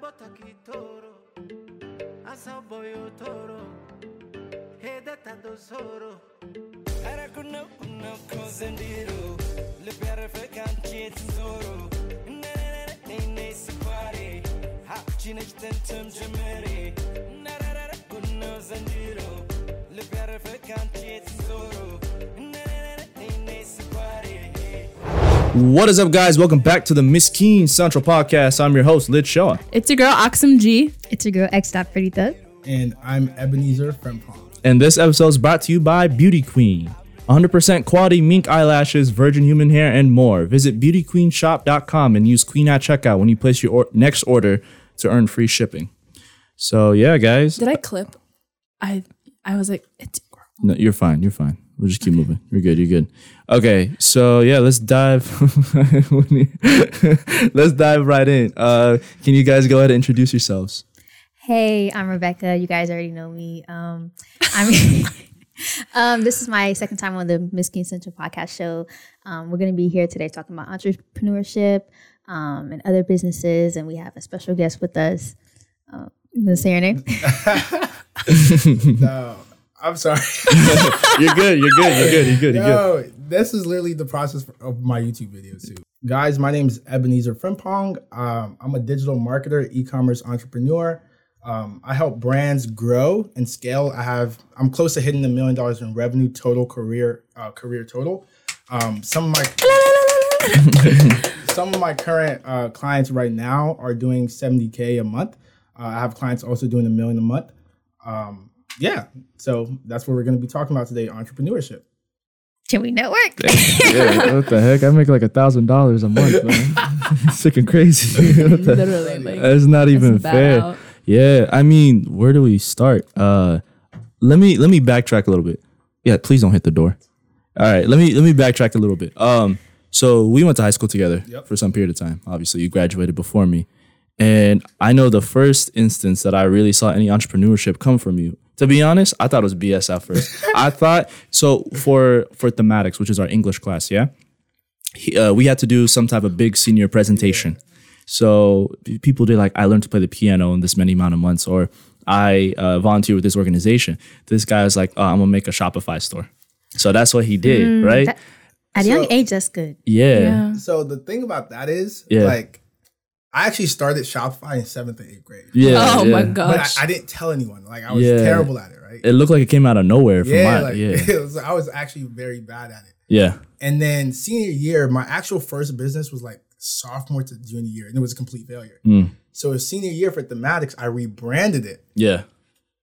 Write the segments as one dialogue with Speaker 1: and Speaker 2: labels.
Speaker 1: botaki toro asa
Speaker 2: oh,
Speaker 1: boyo toro hedata dosoro
Speaker 2: Era kuna una cosa ndiro Le piare fe kanchi tsoro Ne ne ne ne ne ne sapari Hap chine chten tem jemeri Na ra ra ra kuna zandiro Le piare fe kanchi tsoro Ne ne ne ne ne ne sapari
Speaker 3: What is up, guys? Welcome back to the Miss Keen Central Podcast. I'm your host, Lid Shaw.
Speaker 4: It's your girl Oxum G.
Speaker 5: It's your girl X dot Farita.
Speaker 6: and I'm Ebenezer Frempong.
Speaker 3: And this episode is brought to you by Beauty Queen. 100% quality mink eyelashes, virgin human hair, and more. Visit beautyqueenshop.com and use Queen at checkout when you place your or- next order to earn free shipping. So, yeah, guys.
Speaker 4: Did I clip? I I was like, it's your girl.
Speaker 3: No, you're fine. You're fine. We'll just keep moving. You're good. You're good. Okay. So, yeah, let's dive. let's dive right in. Uh, can you guys go ahead and introduce yourselves?
Speaker 5: Hey, I'm Rebecca. You guys already know me. Um, I'm. um, this is my second time on the Miss King Central podcast show. Um, we're going to be here today talking about entrepreneurship um, and other businesses, and we have a special guest with us. Uh, you gonna say your name?
Speaker 6: I'm sorry.
Speaker 3: You're good. You're good. You're good. You're good. You're good.
Speaker 6: Yo, this is literally the process of my YouTube video too. Guys, my name is Ebenezer Frempong. Um, I'm a digital marketer, e-commerce entrepreneur. Um, I help brands grow and scale. I have I'm close to hitting a million dollars in revenue total career uh, career total. Um, some of my some of my current uh, clients right now are doing 70k a month. Uh, I have clients also doing a million a month. Um, yeah, so that's what we're going to be talking about today: entrepreneurship.
Speaker 5: Can we network?
Speaker 3: yeah, what the heck? I make like a thousand dollars a month, man. Sick and crazy. What the-
Speaker 4: Literally, like,
Speaker 3: That's not even
Speaker 4: that
Speaker 3: fair.
Speaker 4: out.
Speaker 3: Yeah, I mean, where do we start? Uh, let me let me backtrack a little bit. Yeah, please don't hit the door. All right, let me let me backtrack a little bit. Um, so we went to high school together for some period of time. Obviously, you graduated before me, and I know the first instance that I really saw any entrepreneurship come from you. To be honest, I thought it was BS at first. I thought so for for thematics, which is our English class. Yeah, he- uh, we had to do some type of big senior presentation. So p- people did like, I learned to play the piano in this many amount of months, or I uh, volunteer with this organization. This guy was like, oh, I'm gonna make a Shopify store. So that's what he did, right?
Speaker 5: that- At a young age, that's good.
Speaker 3: yeah.
Speaker 4: Mm, Yeah.
Speaker 6: So the thing about that is,
Speaker 3: Yeah.
Speaker 6: like, I actually started Shopify in seventh and eighth grade.
Speaker 3: Yeah.
Speaker 4: Oh my
Speaker 3: yeah.
Speaker 6: But
Speaker 4: gosh.
Speaker 6: I, I didn't tell anyone. Like, I was
Speaker 3: Yeah.
Speaker 6: terrible at it, right?
Speaker 3: It looked like it came out of nowhere from
Speaker 6: yeah,
Speaker 3: my
Speaker 6: like,
Speaker 3: yeah.
Speaker 6: it was, I was actually very bad at it.
Speaker 3: Yeah.
Speaker 6: And then senior year, my actual first business was like sophomore to junior year, and it was a complete failure.
Speaker 3: Mm.
Speaker 6: So senior year for thematics, I rebranded it
Speaker 3: Yeah.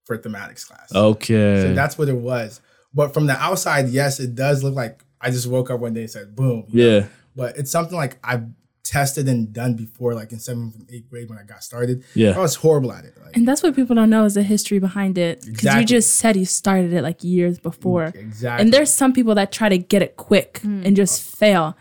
Speaker 6: for thematics class.
Speaker 3: Okay.
Speaker 6: So that's what it was. But from the outside, yes, it does look like I just woke up one day and said, boom. you know?
Speaker 3: yeah.
Speaker 6: But it's something like I've tested and done before, like in seventh and eighth grade when I got started. I
Speaker 3: Yeah.
Speaker 6: was horrible at it. Like,
Speaker 4: and that's what people don't know is the history behind it. Because
Speaker 6: Exactly.
Speaker 4: you just said you started it like years before.
Speaker 6: exactly.
Speaker 4: And there's some people that try to get it quick and just fail.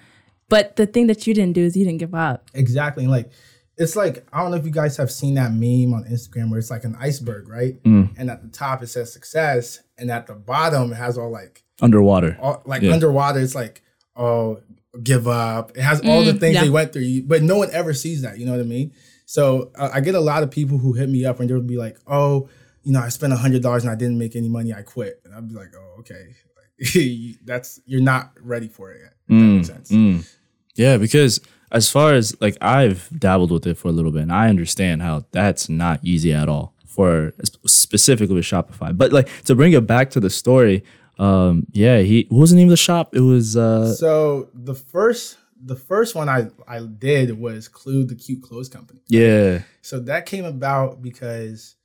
Speaker 4: But the thing that you didn't do is you didn't give up.
Speaker 6: Exactly. And like it's like I don't know if you guys have seen that meme on Instagram where it's like an iceberg, right? And at the top it says success, and at the bottom it has all like
Speaker 3: Underwater.
Speaker 6: all like
Speaker 3: Yeah.
Speaker 6: underwater. It's like oh give up. It has all the things
Speaker 4: yeah.
Speaker 6: they went through, you- but no one ever sees that. You know what I mean? So uh, I get a lot of people who hit me up and they'll be like, oh, you know, I spent a hundred dollars and I didn't make any money. I quit, and I'd be like, oh, okay. Like, that's you're not ready for it yet. If that makes sense.
Speaker 3: Yeah, because as far as like I've dabbled with it for a little bit, and I understand how that's not easy at all for specifically with Shopify. But like to bring it back to the story, um, yeah, he what was the name of the shop? It was uh,
Speaker 6: So the first the first one I I did was Clue the Cute Clothes Company.
Speaker 3: yeah,
Speaker 6: So that came about because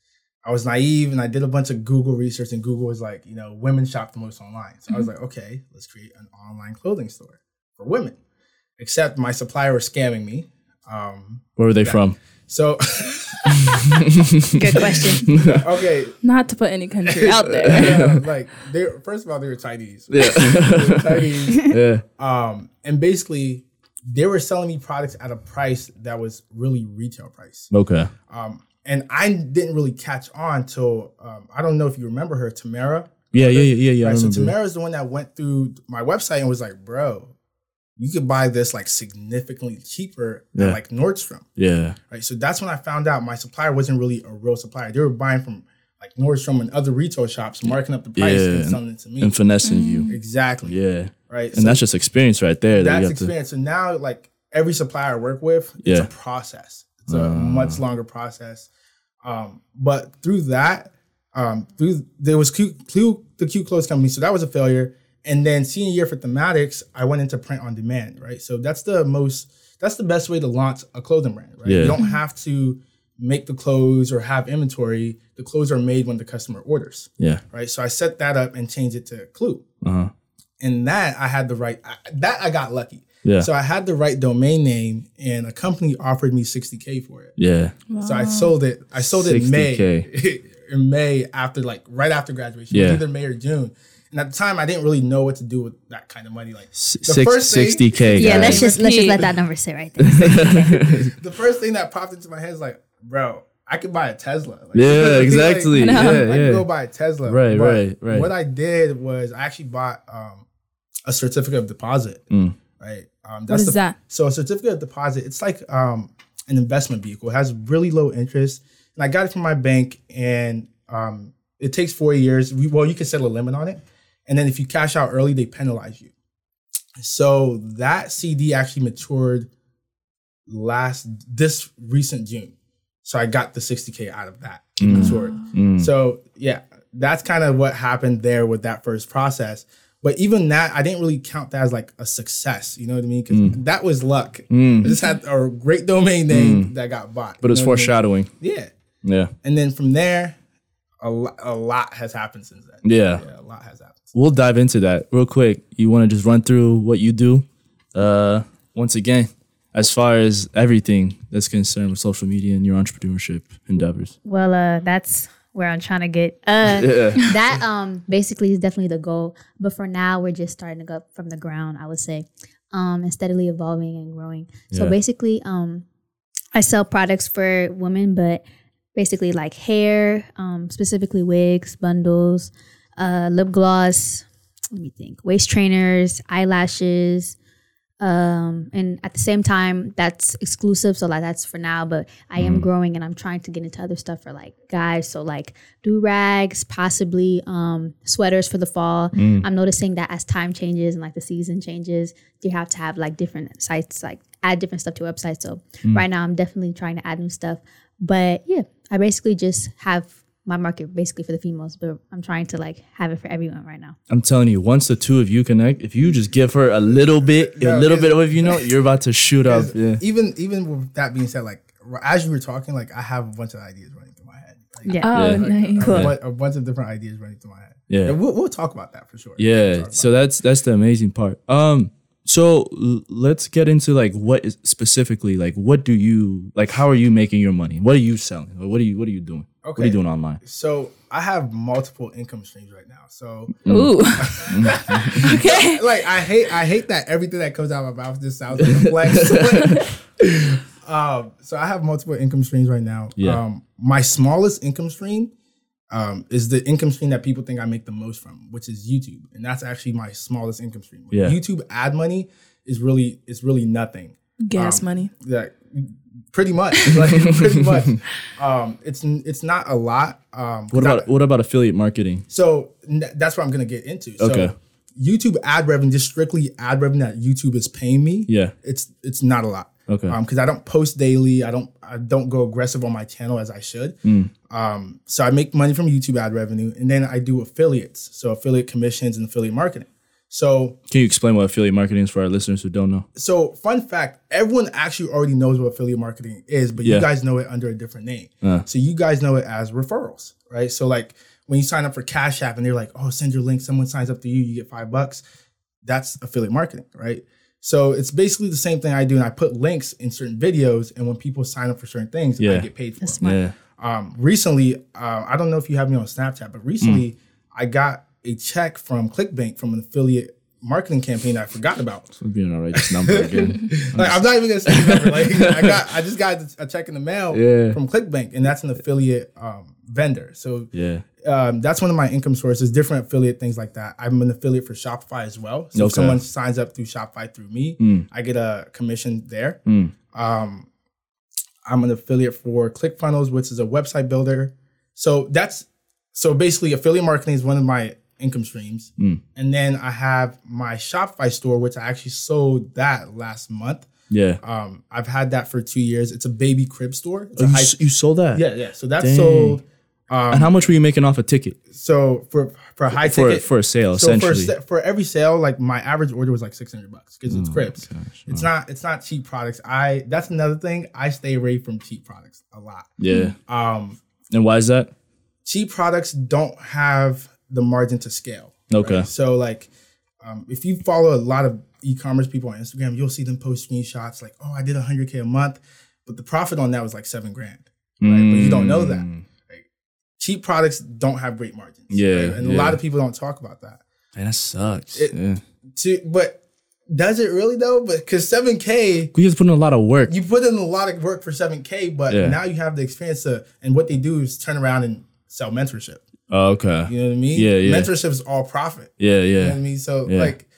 Speaker 6: I was naive and I did a bunch of Google research and Google was like, you know, women shop the most online. So I was like, okay, let's create an online clothing store for women. Except my supplier was scamming me. Um,
Speaker 3: where were they from?
Speaker 6: so
Speaker 5: Good question.
Speaker 6: okay,
Speaker 4: Not to put any country out there.
Speaker 6: yeah, like they first of all they were Chinese. They were
Speaker 3: Yeah,
Speaker 6: Chinese.
Speaker 3: yeah,
Speaker 6: Um, and basically they were selling me products at a price that was really retail price.
Speaker 3: okay,
Speaker 6: Um, and I didn't really catch on till um, I don't know if you remember her, Tamara.
Speaker 3: yeah, yeah, yeah, yeah. yeah I
Speaker 6: Right? So
Speaker 3: remember.
Speaker 6: Tamara's the one that went through my website and was like, "Bro, you could buy this like significantly cheaper
Speaker 3: Yeah.
Speaker 6: at like Nordstrom.
Speaker 3: Yeah.
Speaker 6: Right. So that's when I found out my supplier wasn't really a real supplier. They were buying from like Nordstrom and other retail shops, marking up the price
Speaker 3: Yeah,
Speaker 6: and
Speaker 3: and-
Speaker 6: selling it to me.
Speaker 3: And finessing you.
Speaker 6: exactly.
Speaker 3: Yeah.
Speaker 6: Right.
Speaker 3: And
Speaker 6: Mm. so
Speaker 3: that's just experience right there. That you
Speaker 6: that's
Speaker 3: have to,
Speaker 6: experience. So now like every supplier I work with, it's
Speaker 3: Yeah. Uh.
Speaker 6: a process. It's a much longer process. Um, but through that, um, through there was Q, Q, the Q Close company, so that was a failure. And then senior year for thematics, I went into print on demand, right? So that's the most, that's the best way to launch a clothing brand, right?
Speaker 3: Yeah.
Speaker 6: You don't have to make the clothes or have inventory. The clothes are made when the customer orders
Speaker 3: yeah.
Speaker 6: right? So I set that up and changed it to Clue.
Speaker 3: Uh-huh.
Speaker 6: And that I had the right I, that I got lucky.
Speaker 3: Yeah.
Speaker 6: So I had the right domain name, and a company offered me 60k for it.
Speaker 3: Yeah.
Speaker 6: So I sold it. I sold it in May.
Speaker 3: 60K.
Speaker 6: in May after like right after graduation, It was
Speaker 3: Yeah.
Speaker 6: either May or June. And at the time, I didn't really know what to do with that kind of money. Like the
Speaker 3: Six,
Speaker 6: first thing-
Speaker 3: 60K.
Speaker 5: Yeah,
Speaker 3: guys.
Speaker 5: let's just let's just let that number sit right there.
Speaker 6: the first thing that popped into my head is like, bro, I could buy a Tesla. Like,
Speaker 3: Yeah,
Speaker 6: like,
Speaker 3: exactly.
Speaker 4: No.
Speaker 3: Yeah,
Speaker 6: I
Speaker 3: yeah.
Speaker 6: could go buy a Tesla.
Speaker 3: Right, right, right.
Speaker 6: What I did was I actually bought um, a certificate of deposit.
Speaker 3: Mm.
Speaker 6: Right. Um,
Speaker 4: What is
Speaker 6: the-
Speaker 4: that?
Speaker 6: So a certificate of deposit, it's like um, an investment vehicle. It has really low interest, and I got it from my bank, and um, it takes four years. We, well, you can set a limit on it, and then if you cash out early, they penalize you. So that CD actually matured last this recent June. So I got the 60k out of that. It matured.
Speaker 3: Mm.
Speaker 6: So yeah, that's kind of what happened there with that first process. But even that, I didn't really count that as like a success. You know what I mean? Because
Speaker 3: Mm.
Speaker 6: that was luck. I just had a great domain name that got bought.
Speaker 3: Mm. But
Speaker 6: you
Speaker 3: it's
Speaker 6: know what I
Speaker 3: foreshadowing.
Speaker 6: mean? Yeah.
Speaker 3: Yeah.
Speaker 6: And then from there, a, lo- a lot has happened since then.
Speaker 3: Yeah.
Speaker 6: a lot has happened.
Speaker 3: We'll dive into that real quick. You want to just run through what you do? Uh, once again, as far as everything that's concerned with social media and your entrepreneurship endeavors.
Speaker 5: Well, uh, that's where I'm trying to get. Uh, That um basically is definitely the goal. But for now, we're just starting to go from the ground. I would say, um, and steadily evolving and growing. So
Speaker 3: Yeah.
Speaker 5: basically, um, I sell products for women, but basically like hair, um, specifically wigs, bundles, uh, lip gloss. Let me think. Waist trainers, eyelashes, um and at the same time that's exclusive so like that's for now but i am growing and i'm trying to get into other stuff for like guys so like do rags possibly um sweaters for the fall i'm noticing that as time changes and like the season changes you have to have like different sites like add different stuff to your website so right now i'm definitely trying to add new stuff but yeah i basically just have my market basically for the females but i'm trying to like have it for everyone right now
Speaker 3: I'm telling you, once the two of you connect, if you just give her a little bit, a little bit of what you know, you're about to shoot up. Yeah.
Speaker 6: Even even with that being said, like r- as you were talking, like I have a bunch of ideas running through my head. Like,
Speaker 5: yeah
Speaker 4: Oh,
Speaker 3: Yeah.
Speaker 4: nice.
Speaker 6: a, bu- a bunch of different ideas running through my head.
Speaker 3: Yeah.
Speaker 6: And we'll, we'll talk about that for sure. We'll talk
Speaker 3: Yeah.
Speaker 6: about
Speaker 3: So that's that's the amazing part. Um so l- let's get into like what is specifically like what do you like how are you making your money? What are you selling? Or What are you what are you doing? What are
Speaker 6: Okay.
Speaker 3: you doing online?
Speaker 6: So I have multiple income streams right now. So
Speaker 3: Mm.
Speaker 4: Ooh. okay.
Speaker 6: like I hate I hate that everything that comes out of my mouth just sounds like a flex. um, so I have multiple income streams right now.
Speaker 3: Yeah.
Speaker 6: Um, my smallest income stream um, is the income stream that people think I make the most from, which is YouTube, and that's actually my smallest income stream.
Speaker 3: Yeah.
Speaker 6: YouTube ad money is really is really nothing.
Speaker 4: Gas money.
Speaker 6: Yeah, pretty much, like pretty much. Um, it's it's not a lot. Um,
Speaker 3: What about what about affiliate marketing?
Speaker 6: so n- that's what I'm gonna get into. So
Speaker 3: Okay.
Speaker 6: YouTube ad revenue, just strictly ad revenue that YouTube is paying me.
Speaker 3: Yeah.
Speaker 6: It's it's not a lot.
Speaker 3: Okay.
Speaker 6: Um, because I don't post daily. I don't I don't go aggressive on my channel as I should.
Speaker 3: Hmm.
Speaker 6: Um, so I make money from YouTube ad revenue, and then I do affiliates. So affiliate commissions and affiliate marketing. So
Speaker 3: Can you explain what affiliate marketing is for our listeners who don't know?
Speaker 6: so fun fact everyone actually already knows what affiliate marketing is but
Speaker 3: Yeah.
Speaker 6: you guys know it under a different name so you guys know it as referrals right so like when you sign up for cash app and they're like oh send your link someone signs up to you you get five bucks that's affiliate marketing right so it's basically the same thing i do and i put links in certain videos and when people sign up for certain things i
Speaker 3: Yeah.
Speaker 6: get paid for it
Speaker 3: Yeah.
Speaker 6: um, recently, uh, I don't know if you have me on Snapchat, but
Speaker 3: Mm.
Speaker 6: recently I got a check from ClickBank from an affiliate marketing campaign that I forgot about.
Speaker 3: We're being all right this number again.
Speaker 6: Like, I'm not even gonna say the number. Like, I got, I just got a check in the mail
Speaker 3: Yeah.
Speaker 6: from ClickBank, and that's an affiliate um, vendor. So
Speaker 3: Yeah.
Speaker 6: um, that's one of my income sources, different affiliate things like that. I'm an affiliate for Shopify as well. So if
Speaker 3: Okay.
Speaker 6: someone signs up through Shopify through me, I get a commission there.
Speaker 3: Mm.
Speaker 6: Um, I'm an affiliate for ClickFunnels, which is a website builder. So that's so basically affiliate marketing is one of my income streams.
Speaker 3: Mm.
Speaker 6: And then I have my Shopify store, which I actually sold that last month.
Speaker 3: Yeah.
Speaker 6: Um, I've had that for two years. It's a baby crib store. It's
Speaker 3: Oh,
Speaker 6: a
Speaker 3: you,
Speaker 6: high,
Speaker 3: s- you sold that?
Speaker 6: yeah, yeah. So that's
Speaker 3: Dang.
Speaker 6: sold. Um,
Speaker 3: And how much were you making off a ticket
Speaker 6: so for for high
Speaker 3: for
Speaker 6: ticket
Speaker 3: for a sale?
Speaker 6: so for,
Speaker 3: essentially, Mm,
Speaker 6: se- for every sale, like my average order was like six hundred bucks because it's cribs. It's not it's not cheap products. I that's another thing. I stay away from cheap products a lot.
Speaker 3: yeah.
Speaker 6: Um,
Speaker 3: And why is that?
Speaker 6: cheap products don't have the margin to scale.
Speaker 3: Okay.
Speaker 6: So like, um, if you follow a lot of e-commerce people on Instagram, you'll see them post screenshots like, "Oh, I did hundred k a month," but the profit on that was like seven grand. right? But you don't know that.
Speaker 3: Mm.
Speaker 6: Right? Cheap products don't have great margins.
Speaker 3: Yeah,
Speaker 6: right? And a
Speaker 3: yeah.
Speaker 6: lot of people don't talk about that.
Speaker 3: Man, that sucks.
Speaker 6: It-
Speaker 3: yeah.
Speaker 6: To, but does it really though? But because seven k,
Speaker 3: We just put in a lot of work.
Speaker 6: you put in a lot of work for seven k, but
Speaker 3: Yeah.
Speaker 6: now you have the experience to. And what they do is turn around and sell mentorship.
Speaker 3: Oh, okay.
Speaker 6: You know what I mean?
Speaker 3: Yeah, yeah.
Speaker 6: Mentorship is all profit.
Speaker 3: Yeah,
Speaker 6: You know
Speaker 3: yeah.
Speaker 6: what I mean? So
Speaker 3: Yeah. Mm-hmm.
Speaker 6: like,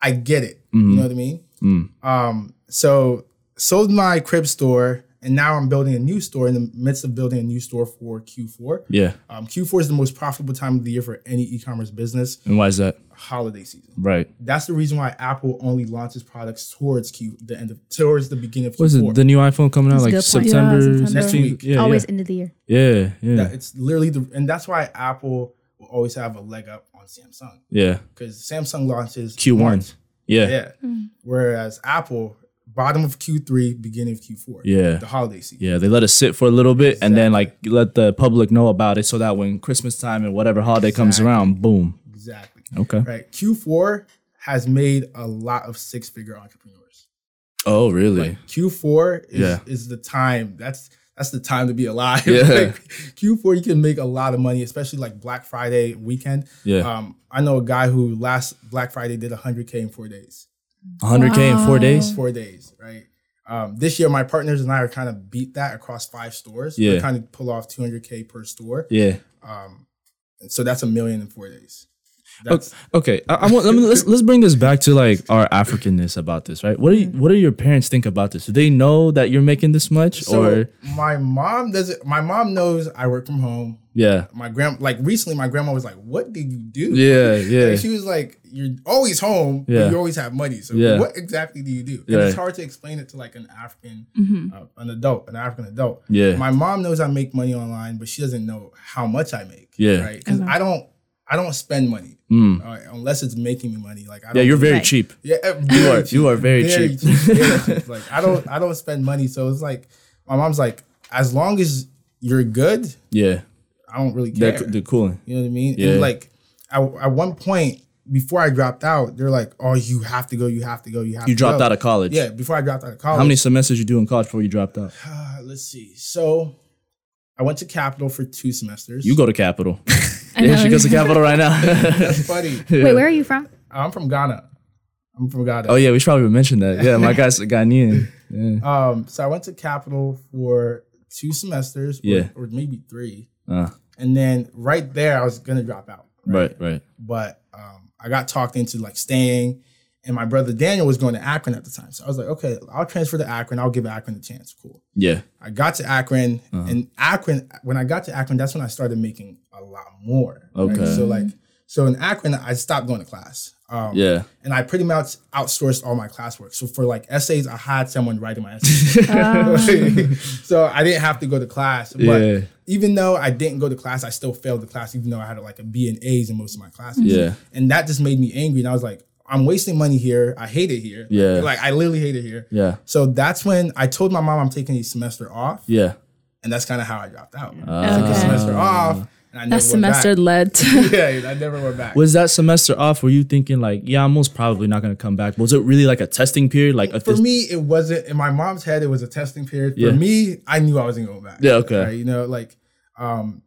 Speaker 6: I get it. You know what I mean?
Speaker 3: Mm.
Speaker 6: Um, so sold my crib store, and now I'm building a new store in the midst of building a new store for Q4.
Speaker 3: Yeah.
Speaker 6: Um, Q4 is the most profitable time of the year for any e-commerce business.
Speaker 3: And why is that?
Speaker 6: Holiday season.
Speaker 3: Right.
Speaker 6: That's the reason why Apple only launches products towards Q the end of towards the beginning of Q4.
Speaker 3: What is it? The new iPhone coming out
Speaker 5: That's a
Speaker 3: like
Speaker 5: good point.
Speaker 3: September,
Speaker 4: Yeah, September.
Speaker 6: Next
Speaker 3: 16th?
Speaker 6: week.
Speaker 3: Yeah,
Speaker 5: Always end of the year.
Speaker 3: yeah, yeah, yeah,
Speaker 6: That- it's literally the and that's why Apple will always have a leg up on Samsung
Speaker 3: yeah.
Speaker 6: because Samsung launches
Speaker 3: Q1.
Speaker 6: once.
Speaker 3: Yeah.
Speaker 6: Yeah. Whereas Apple, bottom of Q3, beginning of Q4.
Speaker 3: Yeah.
Speaker 6: The holiday season.
Speaker 3: Yeah, they let it sit for a little bit and then like let the public know about it so that when Christmas time and whatever holiday comes around, boom.
Speaker 6: Exactly.
Speaker 3: Okay.
Speaker 6: Right. Q4 has made a lot of six figure entrepreneurs.
Speaker 3: Oh, really?
Speaker 6: Like Q4 is,
Speaker 3: Yeah.
Speaker 6: is the time. That's that's the time to be alive.
Speaker 3: Yeah.
Speaker 6: Like, Q4 you can make a lot of money, especially like Black Friday weekend.
Speaker 3: yeah.
Speaker 6: Um, I know a guy who last Black Friday did 100k in 4 days.
Speaker 3: 100K in four days?
Speaker 6: 4 days, right? Um, this year my partners and I are kind of beat that across five stores.
Speaker 3: Yeah.
Speaker 6: We kind of pull off 200k per store.
Speaker 3: Yeah.
Speaker 6: Um, so that's a million in four days.
Speaker 3: O-
Speaker 6: That's
Speaker 3: Okay. I, I want let me let's let's bring this back to like our Africanness about this, right? What do you, what do your parents think about this? Do they know that you're making this much
Speaker 6: so.
Speaker 3: or
Speaker 6: my mom doesn't. My mom knows I work from home.
Speaker 3: yeah.
Speaker 6: My grand, like recently, my grandma was like, "What did you do?"
Speaker 3: Yeah, yeah.
Speaker 6: And she was like, "You're always home,
Speaker 3: Yeah.
Speaker 6: but you always have money. So
Speaker 3: Yeah.
Speaker 6: what exactly do you do?" And
Speaker 3: Yeah.
Speaker 6: it's hard to explain it to like an African, uh, an adult, an African adult.
Speaker 3: Yeah.
Speaker 6: My mom knows I make money online, but she doesn't know how much I make.
Speaker 3: Yeah.
Speaker 6: Right. Because I don't. I don't spend money
Speaker 3: Mm.
Speaker 6: uh, unless it's making me money. Like I don't
Speaker 3: Yeah, you're
Speaker 6: do-
Speaker 3: very
Speaker 5: Right.
Speaker 3: cheap.
Speaker 6: Yeah, uh,
Speaker 3: You
Speaker 6: very
Speaker 3: are you are very cheap.
Speaker 6: very cheap. Like I don't I don't spend money, so it's like my mom's like, as long as you're good,
Speaker 3: Yeah.
Speaker 6: I don't really care.
Speaker 3: That the cooling.
Speaker 6: you know what I mean?
Speaker 3: Yeah.
Speaker 6: And like at, at one point before I dropped out, they're like, "Oh, you have to go, you have to go, you have to
Speaker 3: You dropped
Speaker 6: go."
Speaker 3: out of college.
Speaker 6: Yeah, before I dropped out of college.
Speaker 3: How many semesters you do in college before you dropped out?
Speaker 6: Uh, let's see. So I went to Capital for two semesters.
Speaker 3: You go to Capital.
Speaker 4: I
Speaker 3: yeah,
Speaker 4: know.
Speaker 3: she goes to Capital right now.
Speaker 6: That's funny.
Speaker 5: Wait, where are you from?
Speaker 6: I'm from Ghana. I'm from Ghana.
Speaker 3: oh yeah, we should probably mention that. Yeah, my guy's a Ghanaian. Yeah.
Speaker 6: Um, so I went to Capital for two semesters, or,
Speaker 3: Yeah.
Speaker 6: or maybe three,
Speaker 3: Uh,
Speaker 6: and then right there I was gonna drop out,
Speaker 3: right, right.
Speaker 6: but um, I got talked into like staying, and my brother Daniel was going to Akron at the time, so I was like, okay, I'll transfer to Akron, I'll give Akron a chance, cool.
Speaker 3: Yeah.
Speaker 6: I got to Akron, and Akron, when I got to Akron, that's when I started making a lot more.
Speaker 3: Okay.
Speaker 6: so like, so in Akron, I stopped going to class. Um,
Speaker 3: Yeah.
Speaker 6: And I pretty much outsourced all my classwork. So for like essays, I had someone writing my essays.
Speaker 4: Ah.
Speaker 6: so I didn't have to go to class. But
Speaker 3: Yeah.
Speaker 6: even though I didn't go to class, I still failed the class, even though I had like a B and A's in most of my classes.
Speaker 3: Yeah.
Speaker 6: And that just made me angry. And I was like, I'm wasting money here. I hate it here.
Speaker 3: Yeah.
Speaker 6: Like I literally hate it here.
Speaker 3: Yeah.
Speaker 6: So that's when I told my mom I'm taking a semester off.
Speaker 3: Yeah. Ah.
Speaker 6: And that's kind of how I dropped out. I took a
Speaker 4: Okay.
Speaker 6: semester off. And I never
Speaker 4: that semester
Speaker 6: Went
Speaker 4: led to
Speaker 6: back. Yeah, and I never went back.
Speaker 3: Was that semester off? Were you thinking like, yeah, I'm most probably not gonna come back? Was it really like a testing period? Like, if
Speaker 6: for
Speaker 3: this,
Speaker 6: me, it wasn't in my mom's head. It was a testing period. For
Speaker 3: Yeah.
Speaker 6: me, I knew I wasn't going back.
Speaker 3: Yeah, okay.
Speaker 6: Right? You know, like, um,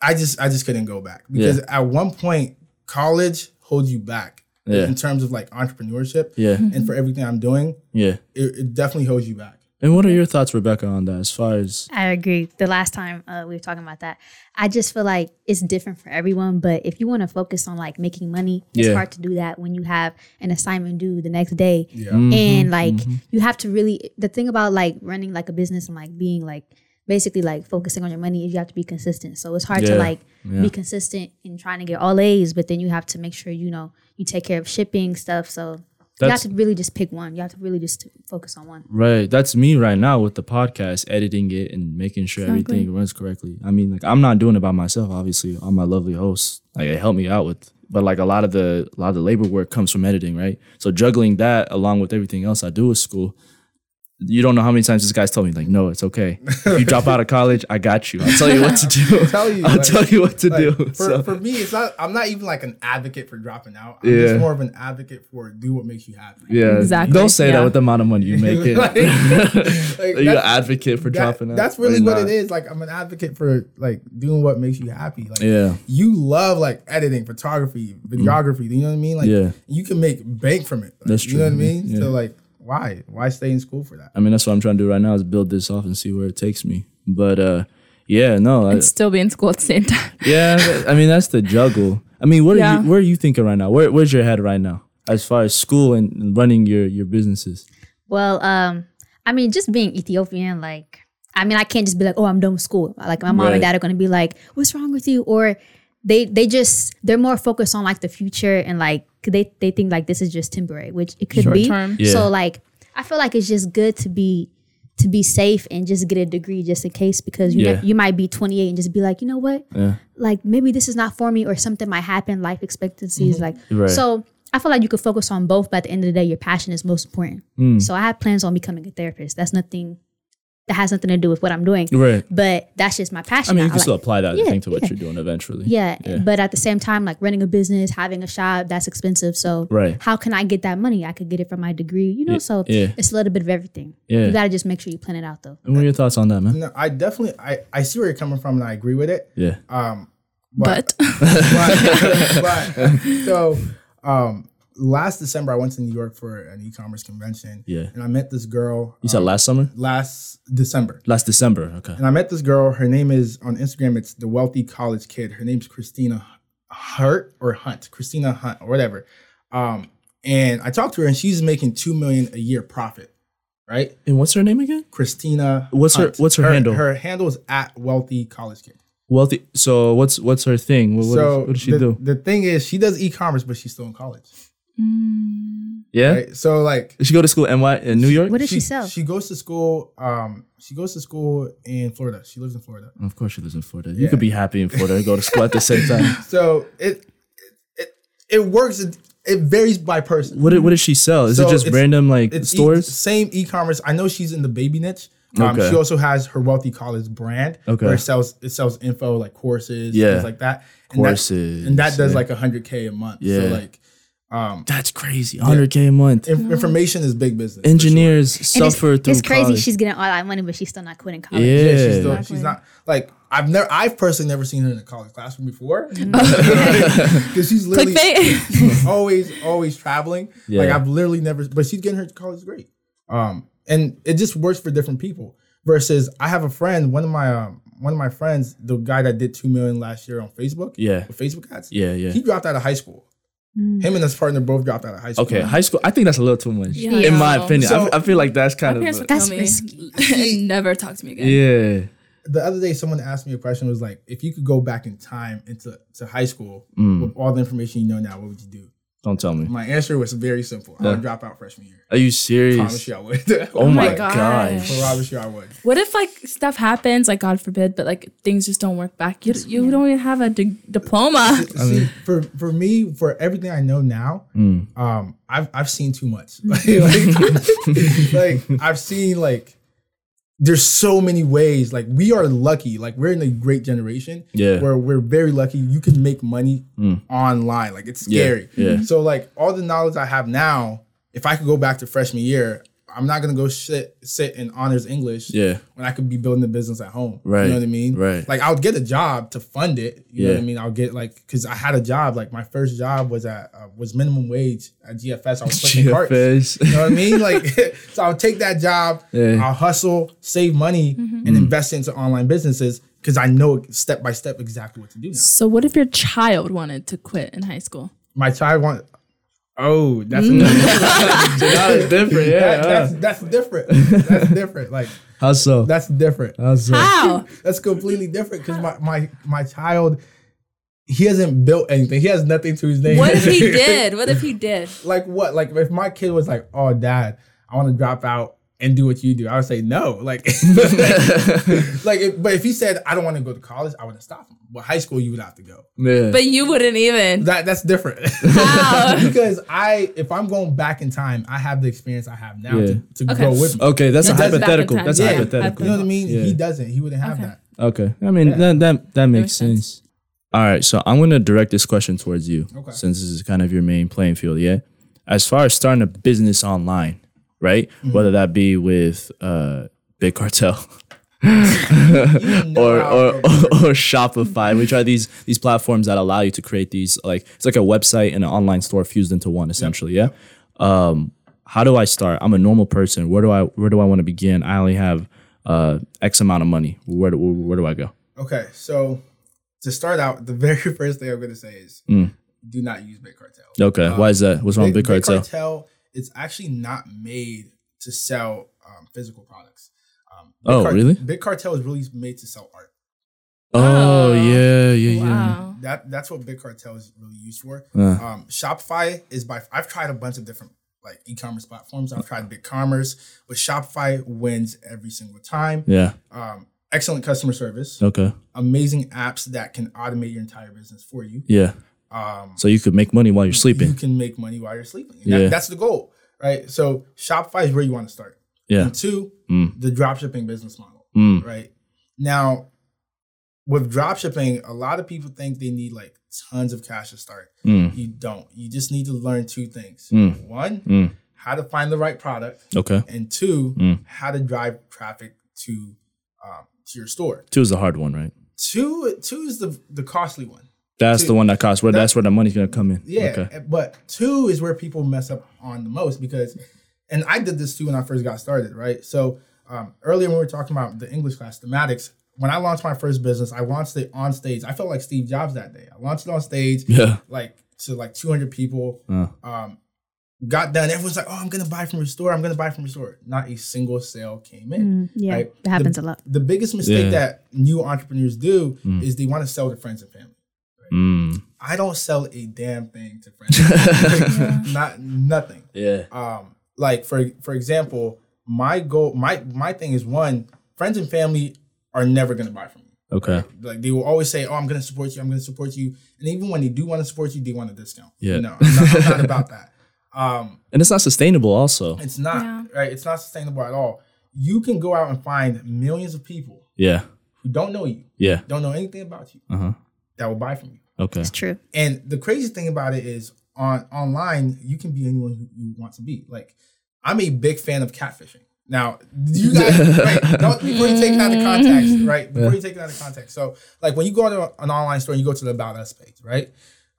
Speaker 6: I just, I just couldn't go back because at one point, college holds you back
Speaker 3: Yeah.
Speaker 6: in terms of like entrepreneurship
Speaker 3: yeah,
Speaker 6: and for everything I'm doing,
Speaker 3: yeah,
Speaker 6: it, it definitely holds you back.
Speaker 3: And what are your thoughts, Rebecca, on that? As far as
Speaker 5: I agree. The last time uh, we were talking about that, I just feel like it's different for everyone. But if you want to focus on like making money, it's
Speaker 3: Yeah.
Speaker 5: hard to do that when you have an assignment due the next day, and like you have to really. The thing about like running like a business and like being like basically like focusing on your money is you have to be consistent. So it's hard to
Speaker 3: Yeah.
Speaker 5: like be consistent in trying to get all A's, but then you have to make sure you know you take care of shipping stuff. So
Speaker 3: That's-
Speaker 5: you have to really just pick one. You have to really just focus on one.
Speaker 3: right, that's me right now with the podcast, editing it and making sure everything runs correctly. I mean, like I'm not doing it by myself, obviously. All my lovely hosts, like it helped me out with. But like a lot of the a lot of the labor work comes from editing, right? So juggling that along with everything else I do at school, you don't know how many times this guy's told me, like, no, it's okay. If you drop out of college, I got you. I'll tell you what to do.
Speaker 6: Tell you,
Speaker 3: I'll
Speaker 6: like-
Speaker 3: tell you what to
Speaker 6: Like,
Speaker 3: do.
Speaker 6: for,
Speaker 3: So-
Speaker 6: for me, it's not. I'm not even like an advocate for dropping out. I'm
Speaker 3: Yeah.
Speaker 6: just more of an advocate for do what makes you happy.
Speaker 3: yeah,
Speaker 4: Exactly,
Speaker 3: Don't say that
Speaker 4: yeah.
Speaker 3: with the amount of money you make. It.
Speaker 6: Like- like,
Speaker 3: Are you an
Speaker 6: that's-
Speaker 3: advocate for
Speaker 6: that-
Speaker 3: dropping out?
Speaker 6: That's
Speaker 3: Are
Speaker 6: really
Speaker 3: you
Speaker 6: what
Speaker 3: not?
Speaker 6: it is. Like I'm an advocate for like doing what makes you happy. Like
Speaker 3: Yeah.
Speaker 6: you love like editing, photography, videography. You know what I mean? Like
Speaker 3: Yeah.
Speaker 6: you can make bank from it. Like,
Speaker 3: That's
Speaker 6: You know what I
Speaker 3: true.
Speaker 6: mean?
Speaker 3: Yeah.
Speaker 6: So like why? Why stay in school for that?
Speaker 3: I mean, that's what I'm trying to do right now is build this off and see where it takes me. But uh, yeah, no, I,
Speaker 4: and still be in school at the same time.
Speaker 3: yeah. I mean, that's the juggle. I mean, what are
Speaker 4: Yeah.
Speaker 3: you? Where are you thinking right now? Where, where's your head right now as far as school and, and running your your businesses?
Speaker 5: Well, um, I mean, just being Ethiopian, like, I mean, I can't just be like, oh, I'm done with school. Like, my mom
Speaker 3: Right.
Speaker 5: and dad are gonna be like, what's wrong with you? Or they they just they're more focused on like the future and like they they think like this is just temporary, which it could be.
Speaker 4: term.
Speaker 3: Yeah.
Speaker 5: So like, I feel like it's just good to be to be safe and just get a degree just in case because you
Speaker 3: Yeah.
Speaker 5: you might be 28 and just be like, you know what? Like maybe this is not for me or something might happen. Life expectancy is like
Speaker 3: Mm-hmm. Right.
Speaker 5: so. I feel like you could focus on both, but at the end of the day, your passion is most important.
Speaker 3: Mm.
Speaker 5: So I have plans on becoming a therapist. That's nothing. That has nothing to do with what I'm doing.
Speaker 3: Right.
Speaker 5: But that's just my passion.
Speaker 3: I mean, you
Speaker 5: I
Speaker 3: can still
Speaker 5: like-
Speaker 3: apply that
Speaker 5: Yeah,
Speaker 3: thing to what
Speaker 5: yeah.
Speaker 3: you're doing eventually.
Speaker 5: Yeah, But at the same time, like running a business, having a shop, that's expensive. So
Speaker 3: Right.
Speaker 5: how can I get that money? I could get it from my degree, you know? so
Speaker 3: yeah.
Speaker 5: it's a little bit of everything.
Speaker 3: Yeah.
Speaker 5: You got to just make sure you plan it out though.
Speaker 3: And what are your thoughts on that, man?
Speaker 6: No, I definitely I, I see where you're coming from and I agree with it.
Speaker 3: Yeah.
Speaker 6: Um
Speaker 4: But
Speaker 6: but, but- so um last December I went to New York for an e-commerce convention.
Speaker 3: Yeah.
Speaker 6: And I met this girl uh,
Speaker 3: You said last summer,
Speaker 6: last December.
Speaker 3: last December. Okay.
Speaker 6: And I met this girl. Her name is on Instagram. It's the wealthy college kid. Her name's Christina Hurt or Hunt, Christina Hunt or whatever. Um, and I talked to her, and she's making two million a year profit, right?
Speaker 3: And what's her name again?
Speaker 6: Christina.
Speaker 3: What's her-
Speaker 6: Hunt.
Speaker 3: what's her handle?
Speaker 6: Her handle is at wealthy college kid.
Speaker 3: Wealthy. So what's what's her thing? What, what,
Speaker 6: so
Speaker 3: what does she
Speaker 6: the,
Speaker 3: do?
Speaker 6: The thing is, she does e-commerce, but she's still in college.
Speaker 3: Yeah.
Speaker 6: Right? So like,
Speaker 3: Does she go to school in NY in New York?
Speaker 5: What does she, sell?
Speaker 6: She goes to school. Um, she goes to school in Florida. She lives in Florida.
Speaker 3: Of course, she lives in Florida. You could be happy in Florida and go to school at the same time.
Speaker 6: So it it it works. It, it varies by person.
Speaker 3: What did, what does she sell? Is
Speaker 6: Hmm. So
Speaker 3: it just
Speaker 6: it's-
Speaker 3: random like
Speaker 6: it's e-
Speaker 3: stores?
Speaker 6: same e-commerce. I know she's in the baby niche. Um,
Speaker 3: Okay.
Speaker 6: She also has her wealthy college brand.
Speaker 3: Okay.
Speaker 6: Where it sells it sells info like courses,
Speaker 3: Yeah.
Speaker 6: things like that. And that-
Speaker 3: Courses,
Speaker 6: and that does
Speaker 3: yeah.
Speaker 6: like hundred k a month.
Speaker 3: Yeah.
Speaker 6: So like
Speaker 3: That's crazy. 100k a month.
Speaker 6: in- information is big business. for
Speaker 3: Engineers
Speaker 5: And it's-
Speaker 3: suffer
Speaker 5: it's,
Speaker 3: through.
Speaker 5: crazy.
Speaker 3: college.
Speaker 5: She's getting all that money, but she's still not quitting college.
Speaker 3: Yeah.
Speaker 6: sure. Yeah, she's, still, she's not like I've never I've personally never seen her in a college classroom before because she's literally
Speaker 4: clickbait.
Speaker 6: always always traveling. Like
Speaker 3: Yeah.
Speaker 6: I've literally never, but she's getting her college degree. Um, and it just works for different people. Versus, I have a friend, one of my um, one of my friends, the guy that did two million last year on Facebook.
Speaker 3: Yeah.
Speaker 6: with Facebook ads.
Speaker 3: Yeah, yeah.
Speaker 6: He dropped out of high school. Him and his partner both dropped out of high school.
Speaker 3: okay, high school. I think that's a little too much.
Speaker 4: Yeah.
Speaker 3: In my
Speaker 4: Yeah.
Speaker 3: opinion, I
Speaker 6: So-
Speaker 3: f- I, feel like that's kind
Speaker 4: Parents
Speaker 3: of.
Speaker 4: would kill
Speaker 5: That's
Speaker 4: me.
Speaker 5: risky.
Speaker 4: And never talk to me again.
Speaker 3: yeah.
Speaker 6: The other day, someone asked me a question. Was like, if you could go back in time into to high school
Speaker 3: Mm.
Speaker 6: with all the information you know now, what would you do?
Speaker 3: Don't tell me.
Speaker 6: My answer was very simple. I would drop out freshman year.
Speaker 3: Are you
Speaker 6: Promise
Speaker 3: serious?
Speaker 6: you, I would.
Speaker 3: Oh my
Speaker 4: my gosh.
Speaker 3: gosh.
Speaker 6: promise you, I would.
Speaker 4: What if like stuff happens, like God forbid, but like things just don't work back? You you don't even have a di- diploma.
Speaker 6: See, for for me, for everything I know now,
Speaker 3: Mm.
Speaker 6: um, I've I've seen too much. like, like, I've seen like there's so many ways. Like we are lucky. Like we're in a great generation.
Speaker 3: Yeah. Mm.
Speaker 6: Where we're very lucky. You can make money online. Like it's
Speaker 3: Yeah,
Speaker 6: scary.
Speaker 3: yeah.
Speaker 6: So like all the knowledge I have now, if I could go back to freshman year, I'm not gonna go sit sit in honors English.
Speaker 3: Yeah.
Speaker 6: When I could be building the business at home.
Speaker 3: Right.
Speaker 6: You know what I mean?
Speaker 3: Right.
Speaker 6: Like I'll get a job to fund it. You know what I
Speaker 3: Yeah.
Speaker 6: mean? I'll get like because I had a job. Like my first job was at uh, was minimum wage at GFS. I was flipping carts. You know what I mean? Like, so I'll take that job,
Speaker 3: Yeah.
Speaker 6: I'll hustle, save money,
Speaker 4: Mm-hmm.
Speaker 6: and invest into online businesses because I know step by step exactly what to do now.
Speaker 4: So what if your child wanted to quit in high school?
Speaker 6: My child want. Oh, that's
Speaker 4: Mm.
Speaker 6: another,
Speaker 3: different.
Speaker 6: that, that's
Speaker 4: uh.
Speaker 6: that's different. That's different. Like
Speaker 3: How so?
Speaker 6: that's different.
Speaker 3: How so?
Speaker 4: How?
Speaker 6: That's completely different because my my my child, he hasn't built anything. He has nothing to his name.
Speaker 4: What if he did? What if he did?
Speaker 6: like what? Like if my kid was like, "Oh, dad, I want to drop out and do what you do," I would say no. Like, like, if, but if he said, "I don't want to go to college," I wouldn't stop him. But high school, you would have to go.
Speaker 3: Yeah.
Speaker 4: But you wouldn't even.
Speaker 6: That that's different.
Speaker 4: How?
Speaker 6: because I, if I'm going back in time, I have the experience I have now
Speaker 3: Yeah.
Speaker 6: to, to
Speaker 4: Okay.
Speaker 6: go with. Me.
Speaker 3: okay, that's a
Speaker 4: That's
Speaker 3: hypothetical.
Speaker 4: hypothetical.
Speaker 3: That's
Speaker 4: Yeah.
Speaker 3: a
Speaker 6: You
Speaker 3: hypothetical.
Speaker 6: know what I mean?
Speaker 3: Yeah.
Speaker 6: He doesn't. He wouldn't have
Speaker 4: Okay.
Speaker 6: that.
Speaker 3: Okay. I mean that, that that makes sense. All right, so I'm gonna direct this question towards you.
Speaker 6: Okay.
Speaker 3: Since this is kind of your main playing field, yeah. As far as starting a business online, right? Whether that be with uh Big Cartel or or, or Shopify. We try these these platforms that allow you to create these like it's like a website and an online store fused into one essentially, yeah. Um how do I start? I'm a normal person. Where do I where do I want to begin? I only have uh X amount of money. Where do, where do I go?
Speaker 6: Okay, so to start out, the very first thing I'm going to say is
Speaker 3: Mm.
Speaker 6: do not use Big Cartel.
Speaker 3: Okay. Why is that? What's wrong with
Speaker 6: Big,
Speaker 3: Big Cartel?
Speaker 6: it's actually not made to sell um, physical products. Um, Big
Speaker 3: Oh, really?
Speaker 6: Big Cartel is really made to sell art.
Speaker 3: Oh,
Speaker 4: Oh,
Speaker 3: yeah, yeah, yeah.
Speaker 4: Wow.
Speaker 6: That that's what Big Cartel is really used for.
Speaker 3: Uh.
Speaker 6: Um, Shopify is by I've tried a bunch of different like e-commerce platforms. I've tried BigCommerce, but Shopify wins every single time.
Speaker 3: Yeah.
Speaker 6: Um, excellent customer service,
Speaker 3: Okay.
Speaker 6: amazing apps that can automate your entire business for you.
Speaker 3: Yeah.
Speaker 6: Um,
Speaker 3: So you could make money while you're
Speaker 6: You
Speaker 3: sleeping.
Speaker 6: can make money while you're sleeping. That-
Speaker 3: Yeah.
Speaker 6: That's the goal, right? So Shopify is where you want to start.
Speaker 3: Yeah.
Speaker 6: And two,
Speaker 3: Mm.
Speaker 6: the dropshipping business model,
Speaker 3: Mm.
Speaker 6: right? Now, with dropshipping, a lot of people think they need like tons of cash to start.
Speaker 3: Mm.
Speaker 6: You don't. You just need to learn two things.
Speaker 3: Mm.
Speaker 6: One,
Speaker 3: Mm.
Speaker 6: how to find the right product,
Speaker 3: Okay.
Speaker 6: and two,
Speaker 3: Mm.
Speaker 6: how to drive traffic to um, to your store.
Speaker 3: Two is the hard one, right?
Speaker 6: Two, two is the the costly one.
Speaker 3: That's
Speaker 6: Two.
Speaker 3: the one that costs. Where
Speaker 6: That-
Speaker 3: that's where the money's gonna come in.
Speaker 6: Yeah, eh,
Speaker 3: Okay.
Speaker 6: but two is where people mess up on the most because, and I did this too when I first got started, right? So um, earlier when we were talking about the English class thematics, when I launched my first business, I launched it on stage. I felt like Steve Jobs that day. I launched it on stage,
Speaker 3: Yeah.
Speaker 6: like to like 200 people.
Speaker 3: Uh,
Speaker 6: Um, got done. Everyone's like, "Oh, I'm gonna buy from your store. I'm gonna buy from your store." Not a single sale came in
Speaker 5: Mm, yeah,
Speaker 6: Right.
Speaker 5: that happens a lot.
Speaker 6: the biggest mistake
Speaker 3: Yeah.
Speaker 6: that new entrepreneurs do
Speaker 3: Mm.
Speaker 6: is they want to sell to friends and family.
Speaker 3: mm.
Speaker 6: I don't sell a damn thing to friends. and family. Not nothing.
Speaker 3: Yeah.
Speaker 6: Um, like for for example, my goal, my my thing is one, friends and family are never gonna buy from you.
Speaker 3: Okay.
Speaker 6: Like they will always say, "Oh, I'm gonna support you. I'm gonna support you." And even when they do want to support you, they want a discount.
Speaker 3: Yeah.
Speaker 6: No, I'm not, I'm not about that. Um,
Speaker 3: And it's not sustainable. Also.
Speaker 6: it's not
Speaker 4: Yeah.
Speaker 6: right. It's not sustainable at all. You can go out and find millions of people
Speaker 3: Yeah.
Speaker 6: who don't know you,
Speaker 3: Yeah.
Speaker 6: don't know anything about you,
Speaker 3: Uh huh.
Speaker 6: that will buy from you.
Speaker 3: Okay.
Speaker 5: It's true.
Speaker 6: And the crazy thing about it is on online, you can be anyone who you want to be. Like I'm a big fan of catfishing. Now, you guys, right, don't, before you take it out of context, right? Before you take it out of context. So, like when you go to an online store and you go to the About Us page, right?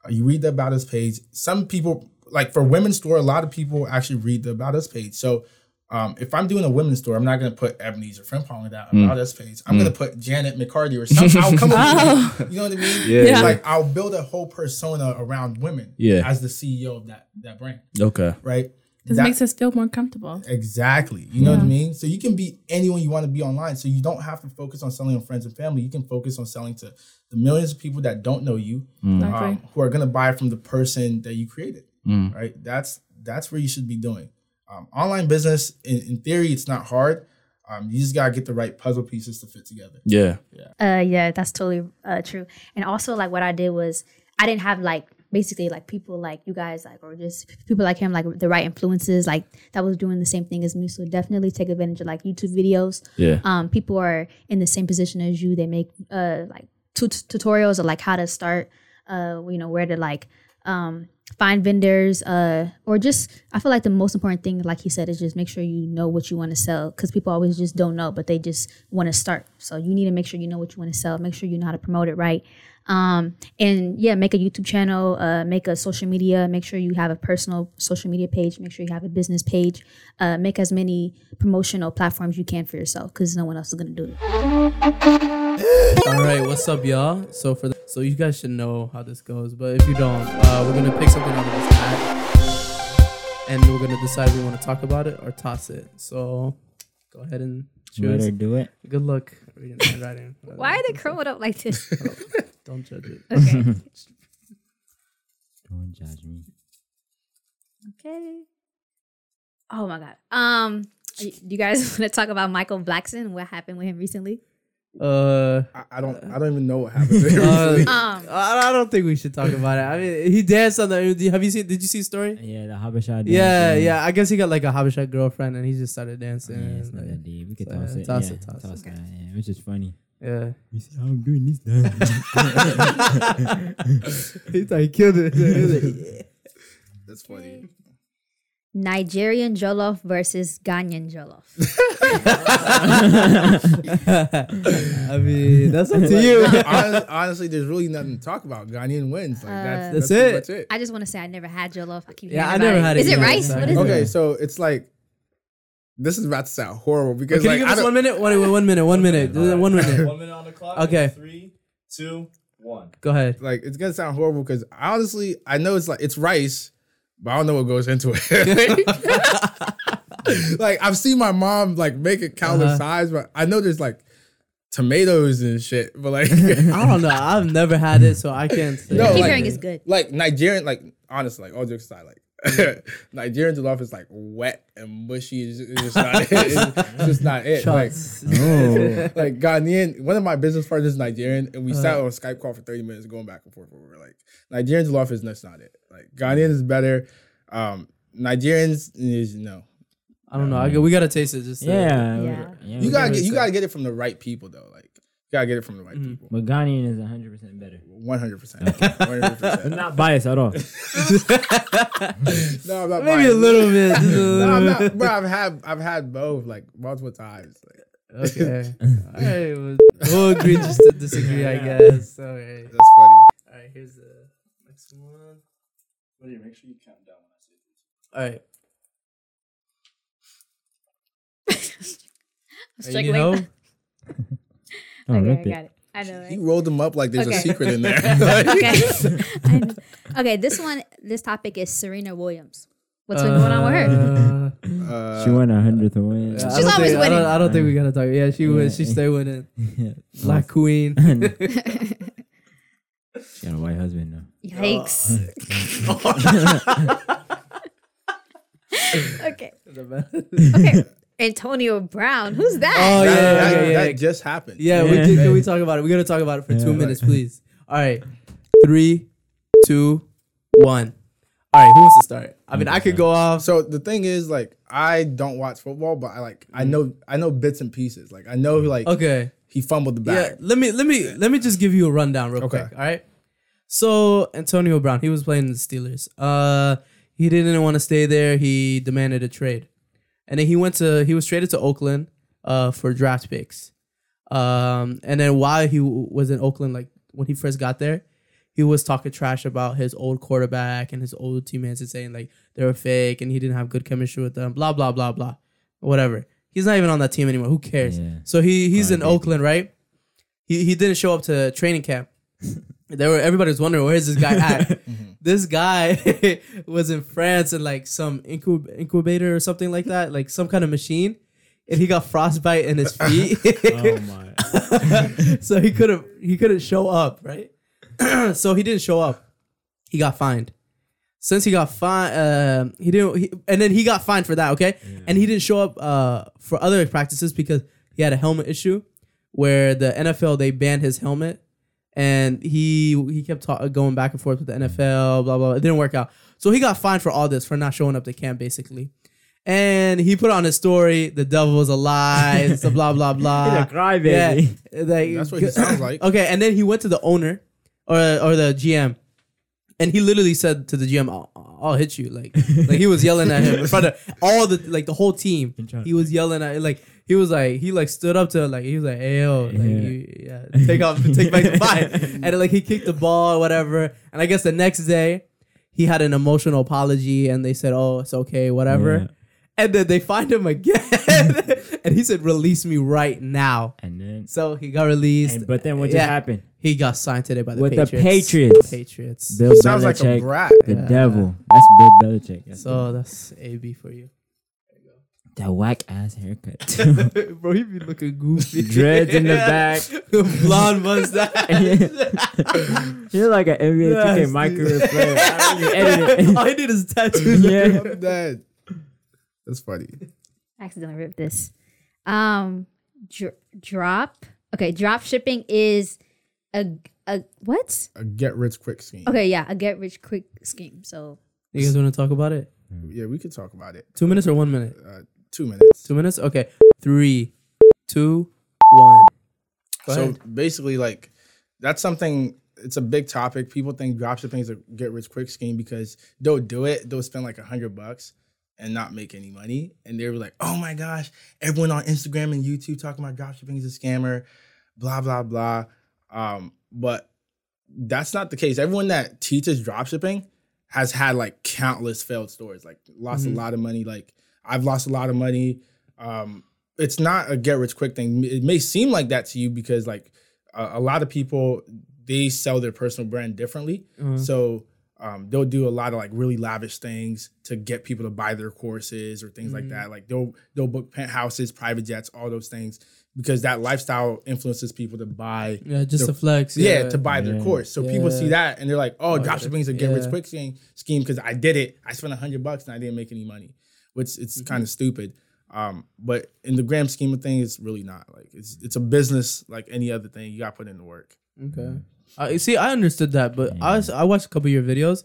Speaker 6: Uh, You read the About Us page. Some people, like for women's store, a lot of people actually read the About Us page. So, um, if I'm doing a women's store, I'm not going to put Ebenezer Frimpong in that
Speaker 3: Mm.
Speaker 6: About Us page. I'm going to put Janet McCarty or something. I'll come up with, you know what I mean?
Speaker 3: Yeah,
Speaker 4: Yeah.
Speaker 6: Like I'll build a whole persona around women
Speaker 3: Yeah.
Speaker 6: as the CEO of that that brand,
Speaker 3: Okay.
Speaker 6: right?
Speaker 4: Because it
Speaker 6: That-
Speaker 4: makes us feel more comfortable.
Speaker 6: exactly. You know what I mean? So you can be anyone you want to be online. So you don't have to focus on selling to friends and family. You can focus on selling to the millions of people that don't know you,
Speaker 4: Exactly.
Speaker 6: um, who are going to buy from the person that you created,
Speaker 3: Mm.
Speaker 6: right? That's that's where you should be doing. Um, online business, in, in theory, it's not hard. Um, you just gotta get the right puzzle pieces to fit together.
Speaker 3: Yeah.
Speaker 5: Uh, yeah, that's totally uh, true. And also, like, what I did was I didn't have like basically like people like you guys like or just people like him like the right influences like that was doing the same thing as me. So definitely take advantage of like YouTube videos.
Speaker 3: Yeah.
Speaker 5: Um, people are in the same position as you. They make uh like tut tutorials of like how to start. Uh, you know where to like um find vendors uh, or just i feel like the most important thing like he said is just make sure you know what you want to sell because people always just don't know but they just want to start so you need to make sure you know what you want to sell make sure you know how to promote it right um, and yeah make a youtube channel uh, make a social media make sure you have a personal social media page make sure you have a business page uh, make as many promotional platforms you can for yourself because no one else is going to do it
Speaker 7: All right, what's up, y'all? So for the, so you guys should know how this goes, but if you don't, uh, we're gonna pick something out of this hat, and we're gonna decide we want to talk about it or toss it. So go ahead and
Speaker 8: Better
Speaker 7: choose.
Speaker 8: do it.
Speaker 7: Good luck reading and writing.
Speaker 5: why are they curled up like this
Speaker 7: Don't judge it.
Speaker 5: okay
Speaker 8: Don't judge me.
Speaker 5: Okay. Oh my god. Um, do you guys want to talk about Michael Blackson? What happened with him recently?
Speaker 7: Uh,
Speaker 6: I, I don't. I don't even know what happened. Recently.
Speaker 5: Um,
Speaker 7: I I don't think we should talk about it. I mean, he danced on the. Have you seen? Did you see the story?
Speaker 8: Yeah, the Habesha.
Speaker 7: Yeah, yeah. I guess he got like a Habesha girlfriend, and he just Oh, started dancing.
Speaker 8: Yeah, it's not that
Speaker 7: and-
Speaker 8: deep. We could
Speaker 7: So,
Speaker 8: toss
Speaker 7: yeah,
Speaker 8: it.
Speaker 7: toss
Speaker 8: yeah,
Speaker 7: it, toss it.
Speaker 8: toss that, yeah, which is funny.
Speaker 7: yeah.
Speaker 8: You see how I'm doing this dance?
Speaker 7: he thought he killed it. He was like, yeah.
Speaker 6: That's funny.
Speaker 5: Nigerian Jollof versus Ghanaian Jollof.
Speaker 7: I mean, that's up to you.
Speaker 6: Honest, honestly, there's really nothing to talk about. Ghanaian wins. Like that's,
Speaker 7: That's
Speaker 6: that's, pretty much it.
Speaker 5: I just want to say I never had Jollof. I keep
Speaker 7: Yeah,
Speaker 5: hearing
Speaker 7: I never
Speaker 5: about
Speaker 7: had it
Speaker 5: Is it
Speaker 7: either.
Speaker 5: rice?
Speaker 7: Sorry.
Speaker 5: What is
Speaker 6: Okay,
Speaker 5: it?
Speaker 6: so it's like this is about to sound horrible because
Speaker 7: Can you
Speaker 6: like
Speaker 7: give
Speaker 6: I
Speaker 7: us
Speaker 6: don't-
Speaker 7: one minute? One, wait, one minute. One minute. uh, One minute.
Speaker 3: minute on the clock.
Speaker 7: Okay.
Speaker 3: Three, two, one.
Speaker 7: Go ahead.
Speaker 6: like it's gonna sound horrible because honestly, I know it's like it's rice, but I don't know what goes into it. like I've seen my mom like make it countless
Speaker 7: Uh-huh.
Speaker 6: size, but I know there's like tomatoes and shit. But like,
Speaker 7: I don't know. I've never had it, so I can't say.
Speaker 6: No,
Speaker 5: I keep
Speaker 6: like-
Speaker 5: hearing it's good.
Speaker 6: like Nigerian, like honestly, like all jokes aside,
Speaker 7: Mm.
Speaker 6: like Nigerian jollof is like wet and mushy. It's, it's just not. it's just not it. Like,
Speaker 7: Shots.
Speaker 8: oh,
Speaker 6: like Ghanaian, one of my business partners is Nigerian, and we
Speaker 7: Uh-huh.
Speaker 6: sat on a Skype call for 30 minutes going back and forth. Where we were like, Nigerian jollof is that's not it. Like Ghanaian is better. Um, Nigerians is no.
Speaker 7: I don't know. I, go- we gotta taste it. Just to-
Speaker 8: yeah,
Speaker 5: Yeah.
Speaker 8: yeah.
Speaker 6: You gotta get
Speaker 7: give it
Speaker 6: you
Speaker 7: a
Speaker 6: gotta get it from the right people though. Like you gotta get it from the right
Speaker 7: Mhm.
Speaker 6: people.
Speaker 8: But Ghanaian is 100 percent better.
Speaker 6: 100 percent. 100
Speaker 8: I'm
Speaker 6: percent.
Speaker 8: not biased at all. Oh,
Speaker 6: No, I'm not
Speaker 7: Maybe a
Speaker 6: biased.
Speaker 7: little bit. Just a
Speaker 6: No,
Speaker 7: little
Speaker 6: I'm
Speaker 7: bit.
Speaker 6: not, bro, I've had I've had both like multiple times. Like,
Speaker 7: Okay. All right. We'll, we'll agree just to disagree, I guess. All right.
Speaker 6: that's funny.
Speaker 7: All right. Here's the next one. Wait, make sure you count down when I say this. All right. Hey, you
Speaker 5: Struggling.
Speaker 7: know,
Speaker 8: Don't rip
Speaker 5: Okay, I
Speaker 8: it.
Speaker 5: got it. I know.
Speaker 6: He
Speaker 5: Right?
Speaker 6: rolled them up like there's a
Speaker 5: Okay.
Speaker 6: secret in there. Like,
Speaker 5: Okay. I know. okay. This one, this topic is Serena Williams. What's been going on with her?
Speaker 7: uh,
Speaker 6: uh,
Speaker 8: she won a hundredth win.
Speaker 7: I don't
Speaker 5: She's always
Speaker 7: think, I
Speaker 5: winning.
Speaker 7: don't, I don't think we gotta talk. Yeah, she wins. She
Speaker 8: Yeah.
Speaker 7: stay winning.
Speaker 8: Yeah.
Speaker 7: Black Queen.
Speaker 8: She got a white husband now.
Speaker 5: Yikes. okay.
Speaker 7: oh
Speaker 5: Okay. Antonio Brown. Who's that?
Speaker 7: yeah,
Speaker 6: that,
Speaker 7: yeah,
Speaker 6: that-
Speaker 7: yeah, yeah.
Speaker 6: that just happened.
Speaker 7: Yeah, we
Speaker 8: Yeah.
Speaker 7: did, can we talk about it? We gotta talk about it for two
Speaker 8: Yeah.
Speaker 7: minutes, please. All right, three, two, one. All right, who wants to start? I mean, I could go off.
Speaker 6: So the thing is, like, I don't watch football, but I like I know I know bits and pieces. Like I know like
Speaker 7: Mm-hmm. Okay.
Speaker 6: he fumbled the
Speaker 7: Yeah.
Speaker 6: bag.
Speaker 7: Let me let me let me just give you a rundown real
Speaker 6: Okay.
Speaker 7: quick. All right. So Antonio Brown, he was playing in the Steelers. Uh, he didn't want to stay there. He demanded a trade, and then he went to he was traded to Oakland uh for draft picks. Um, and then while he w- was in Oakland, like when he first got there, he was talking trash about his old quarterback and his old teammates and saying like they were fake and he didn't have good chemistry with them. Blah blah blah blah, whatever. He's not even on that team anymore. Who cares?
Speaker 8: Yeah.
Speaker 7: So he he's
Speaker 8: Crybaby.
Speaker 7: in Oakland, right? He he didn't show up to training camp. There were everybody was wondering where's this guy at. this guy was in France in like some incub- incubator or something like that, like some kind of machine, and he got frostbite in his feet.
Speaker 8: Oh my.
Speaker 7: so he couldn't he couldn't show up, right? so he didn't show up. He got fined. Since he got fined, um he didn't. He, and then he got fined for that. Okay, and he didn't show up uh, for other practices because he had a helmet issue, where the NFL they banned his helmet, and he he kept ta- going back and forth with the NFL. Blah blah. It didn't work out. So he got fined for all this for not showing up to camp, basically. And he put on his story, the devil is a lie, it's a blah blah blah.
Speaker 8: He's a crybaby.
Speaker 7: Yeah, like,
Speaker 6: That's what he sounds like.
Speaker 7: Okay, and then he went to the owner or or the GM, and he literally said to the GM, "I'll, I'll hit you." Like, like he was yelling at him in front of all the like the whole team. He was yelling at like he was like he like stood up to like he was like, "Hey yo, like,
Speaker 8: Yeah.
Speaker 7: you, yeah, take off, take back the fight," and like he kicked the ball, or whatever. And I guess the next day he had an emotional apology, and they said, "Oh, it's okay, whatever."
Speaker 8: Yeah.
Speaker 7: And then they find him again, and he said, "Release me right now."
Speaker 8: And then,
Speaker 7: So he got released.
Speaker 8: and, but then what just
Speaker 7: Yeah.
Speaker 8: happened?
Speaker 7: He got signed today by the
Speaker 8: With the
Speaker 7: Patriots.
Speaker 8: Patriots.
Speaker 7: Patriots.
Speaker 8: Bill
Speaker 6: Sounds like a
Speaker 8: Belichick,
Speaker 6: brat.
Speaker 8: the
Speaker 7: Yeah.
Speaker 8: devil. That's Bill Belichick. That's
Speaker 7: So that's AB for you.
Speaker 8: that whack ass haircut. too.
Speaker 7: Bro, he be looking goofy.
Speaker 8: Dreads in the back.
Speaker 7: Blonde mustache.
Speaker 8: You're like an NBA 2K microwave player. I don't even edit it.
Speaker 7: All he did is tattoos.
Speaker 8: yeah.
Speaker 6: I'm dead. That's funny.
Speaker 5: I accidentally ripped this. Um, dr- drop. Okay, drop shipping is a a what?
Speaker 6: A get rich quick scheme.
Speaker 5: Okay, yeah, a get rich quick scheme. So
Speaker 7: You guys want to talk about it?
Speaker 6: Yeah, we could talk about it.
Speaker 7: Two minutes or one minute?
Speaker 6: Uh, two minutes.
Speaker 7: Two minutes? Okay. Three, two, one. Go
Speaker 6: so
Speaker 7: ahead.
Speaker 6: basically, like that's something. It's a big topic. People think dropshipping is a get rich quick scheme because they'll do it. They'll spend like a hundred bucks and not make any money. And they were like, "Oh my gosh!" Everyone on Instagram and YouTube talking about dropshipping is a scammer. Blah blah blah. Um, but that's not the case. Everyone that teaches dropshipping has had like countless failed stories. Like lost
Speaker 7: Mhm.
Speaker 6: a lot of money. Like I've lost a lot of money. Um, it's not a get rich quick thing. It may seem like that to you because like a, a lot of people they sell their personal brand differently.
Speaker 8: Uh-huh.
Speaker 7: Uh,
Speaker 6: So um, they'll do a lot of like really lavish things to get people to buy their courses or things like
Speaker 7: Mhm.
Speaker 6: that. Like they'll they'll book penthouses, private jets, all those things because that lifestyle influences people to buy
Speaker 7: yeah, just
Speaker 6: the-
Speaker 7: a flex.
Speaker 6: yeah, to buy their
Speaker 8: Yeah.
Speaker 6: course. So people see
Speaker 7: Yeah.
Speaker 6: that and they're like, oh,
Speaker 7: Oh,
Speaker 6: dropshipping is a
Speaker 7: yeah.
Speaker 6: get rich quick scheme scheme because I did it. I spent a hundred bucks and I didn't make any money, which it's kind of stupid. Um, but in the grand scheme of things, it's really not. Like it's it's a business like any other thing. You got to put in the work.
Speaker 7: Okay. Uh, you see, I understood that, but I, was, I watched a couple of your videos.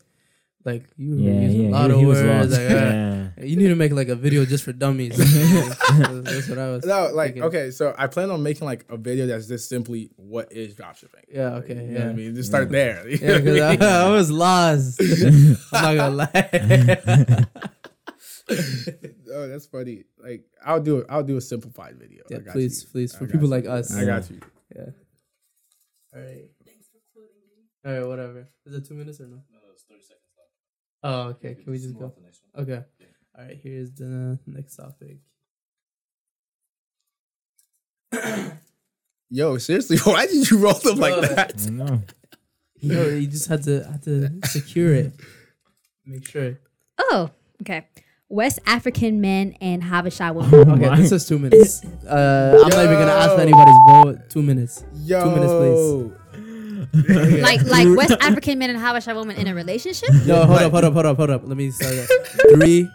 Speaker 7: Like, you were
Speaker 8: Yeah,
Speaker 7: using
Speaker 8: yeah.
Speaker 7: a lot
Speaker 8: he,
Speaker 7: of
Speaker 8: he was
Speaker 7: words.
Speaker 8: lost.
Speaker 7: Like, uh,
Speaker 8: yeah.
Speaker 7: You need to make like a video just for dummies. That's what I was.
Speaker 6: No, like
Speaker 7: thinking.
Speaker 6: okay, so I plan on making like a video that's just simply what is dropshipping.
Speaker 7: Yeah, okay,
Speaker 6: you know
Speaker 7: yeah.
Speaker 6: what I mean, just
Speaker 8: Mm.
Speaker 6: start there. You
Speaker 7: Yeah,
Speaker 6: know what I mean?
Speaker 7: because I, I was lost. I'm not gonna lie.
Speaker 6: oh, that's funny. Like I'll do I'll do a simplified video.
Speaker 7: yeah,
Speaker 6: I got
Speaker 7: please,
Speaker 6: you.
Speaker 7: please, for
Speaker 6: I got
Speaker 7: people
Speaker 6: you.
Speaker 7: like us.
Speaker 6: I got you.
Speaker 7: Yeah. All right. All right, whatever. Is it two minutes or no? No, it's 30 seconds left. Oh, okay. Can we just go? Okay. All right, here's the next topic.
Speaker 6: Yo, seriously, why did you roll them like
Speaker 7: Bro.
Speaker 6: that?
Speaker 8: I don't know.
Speaker 7: No, you just had to had to secure it. Make sure.
Speaker 5: oh, okay. West African men and Habesha women.
Speaker 7: Okay,
Speaker 8: Why?
Speaker 7: this is two minutes. Uh, I'm not even gonna ask for anybody's vote. Two minutes.
Speaker 6: Yo,
Speaker 7: minutes, please.
Speaker 6: Oh,
Speaker 5: like like West African men and Habesha women in a relationship.
Speaker 7: No, hold up, hold up, hold up, hold up. Let me start. that. Three,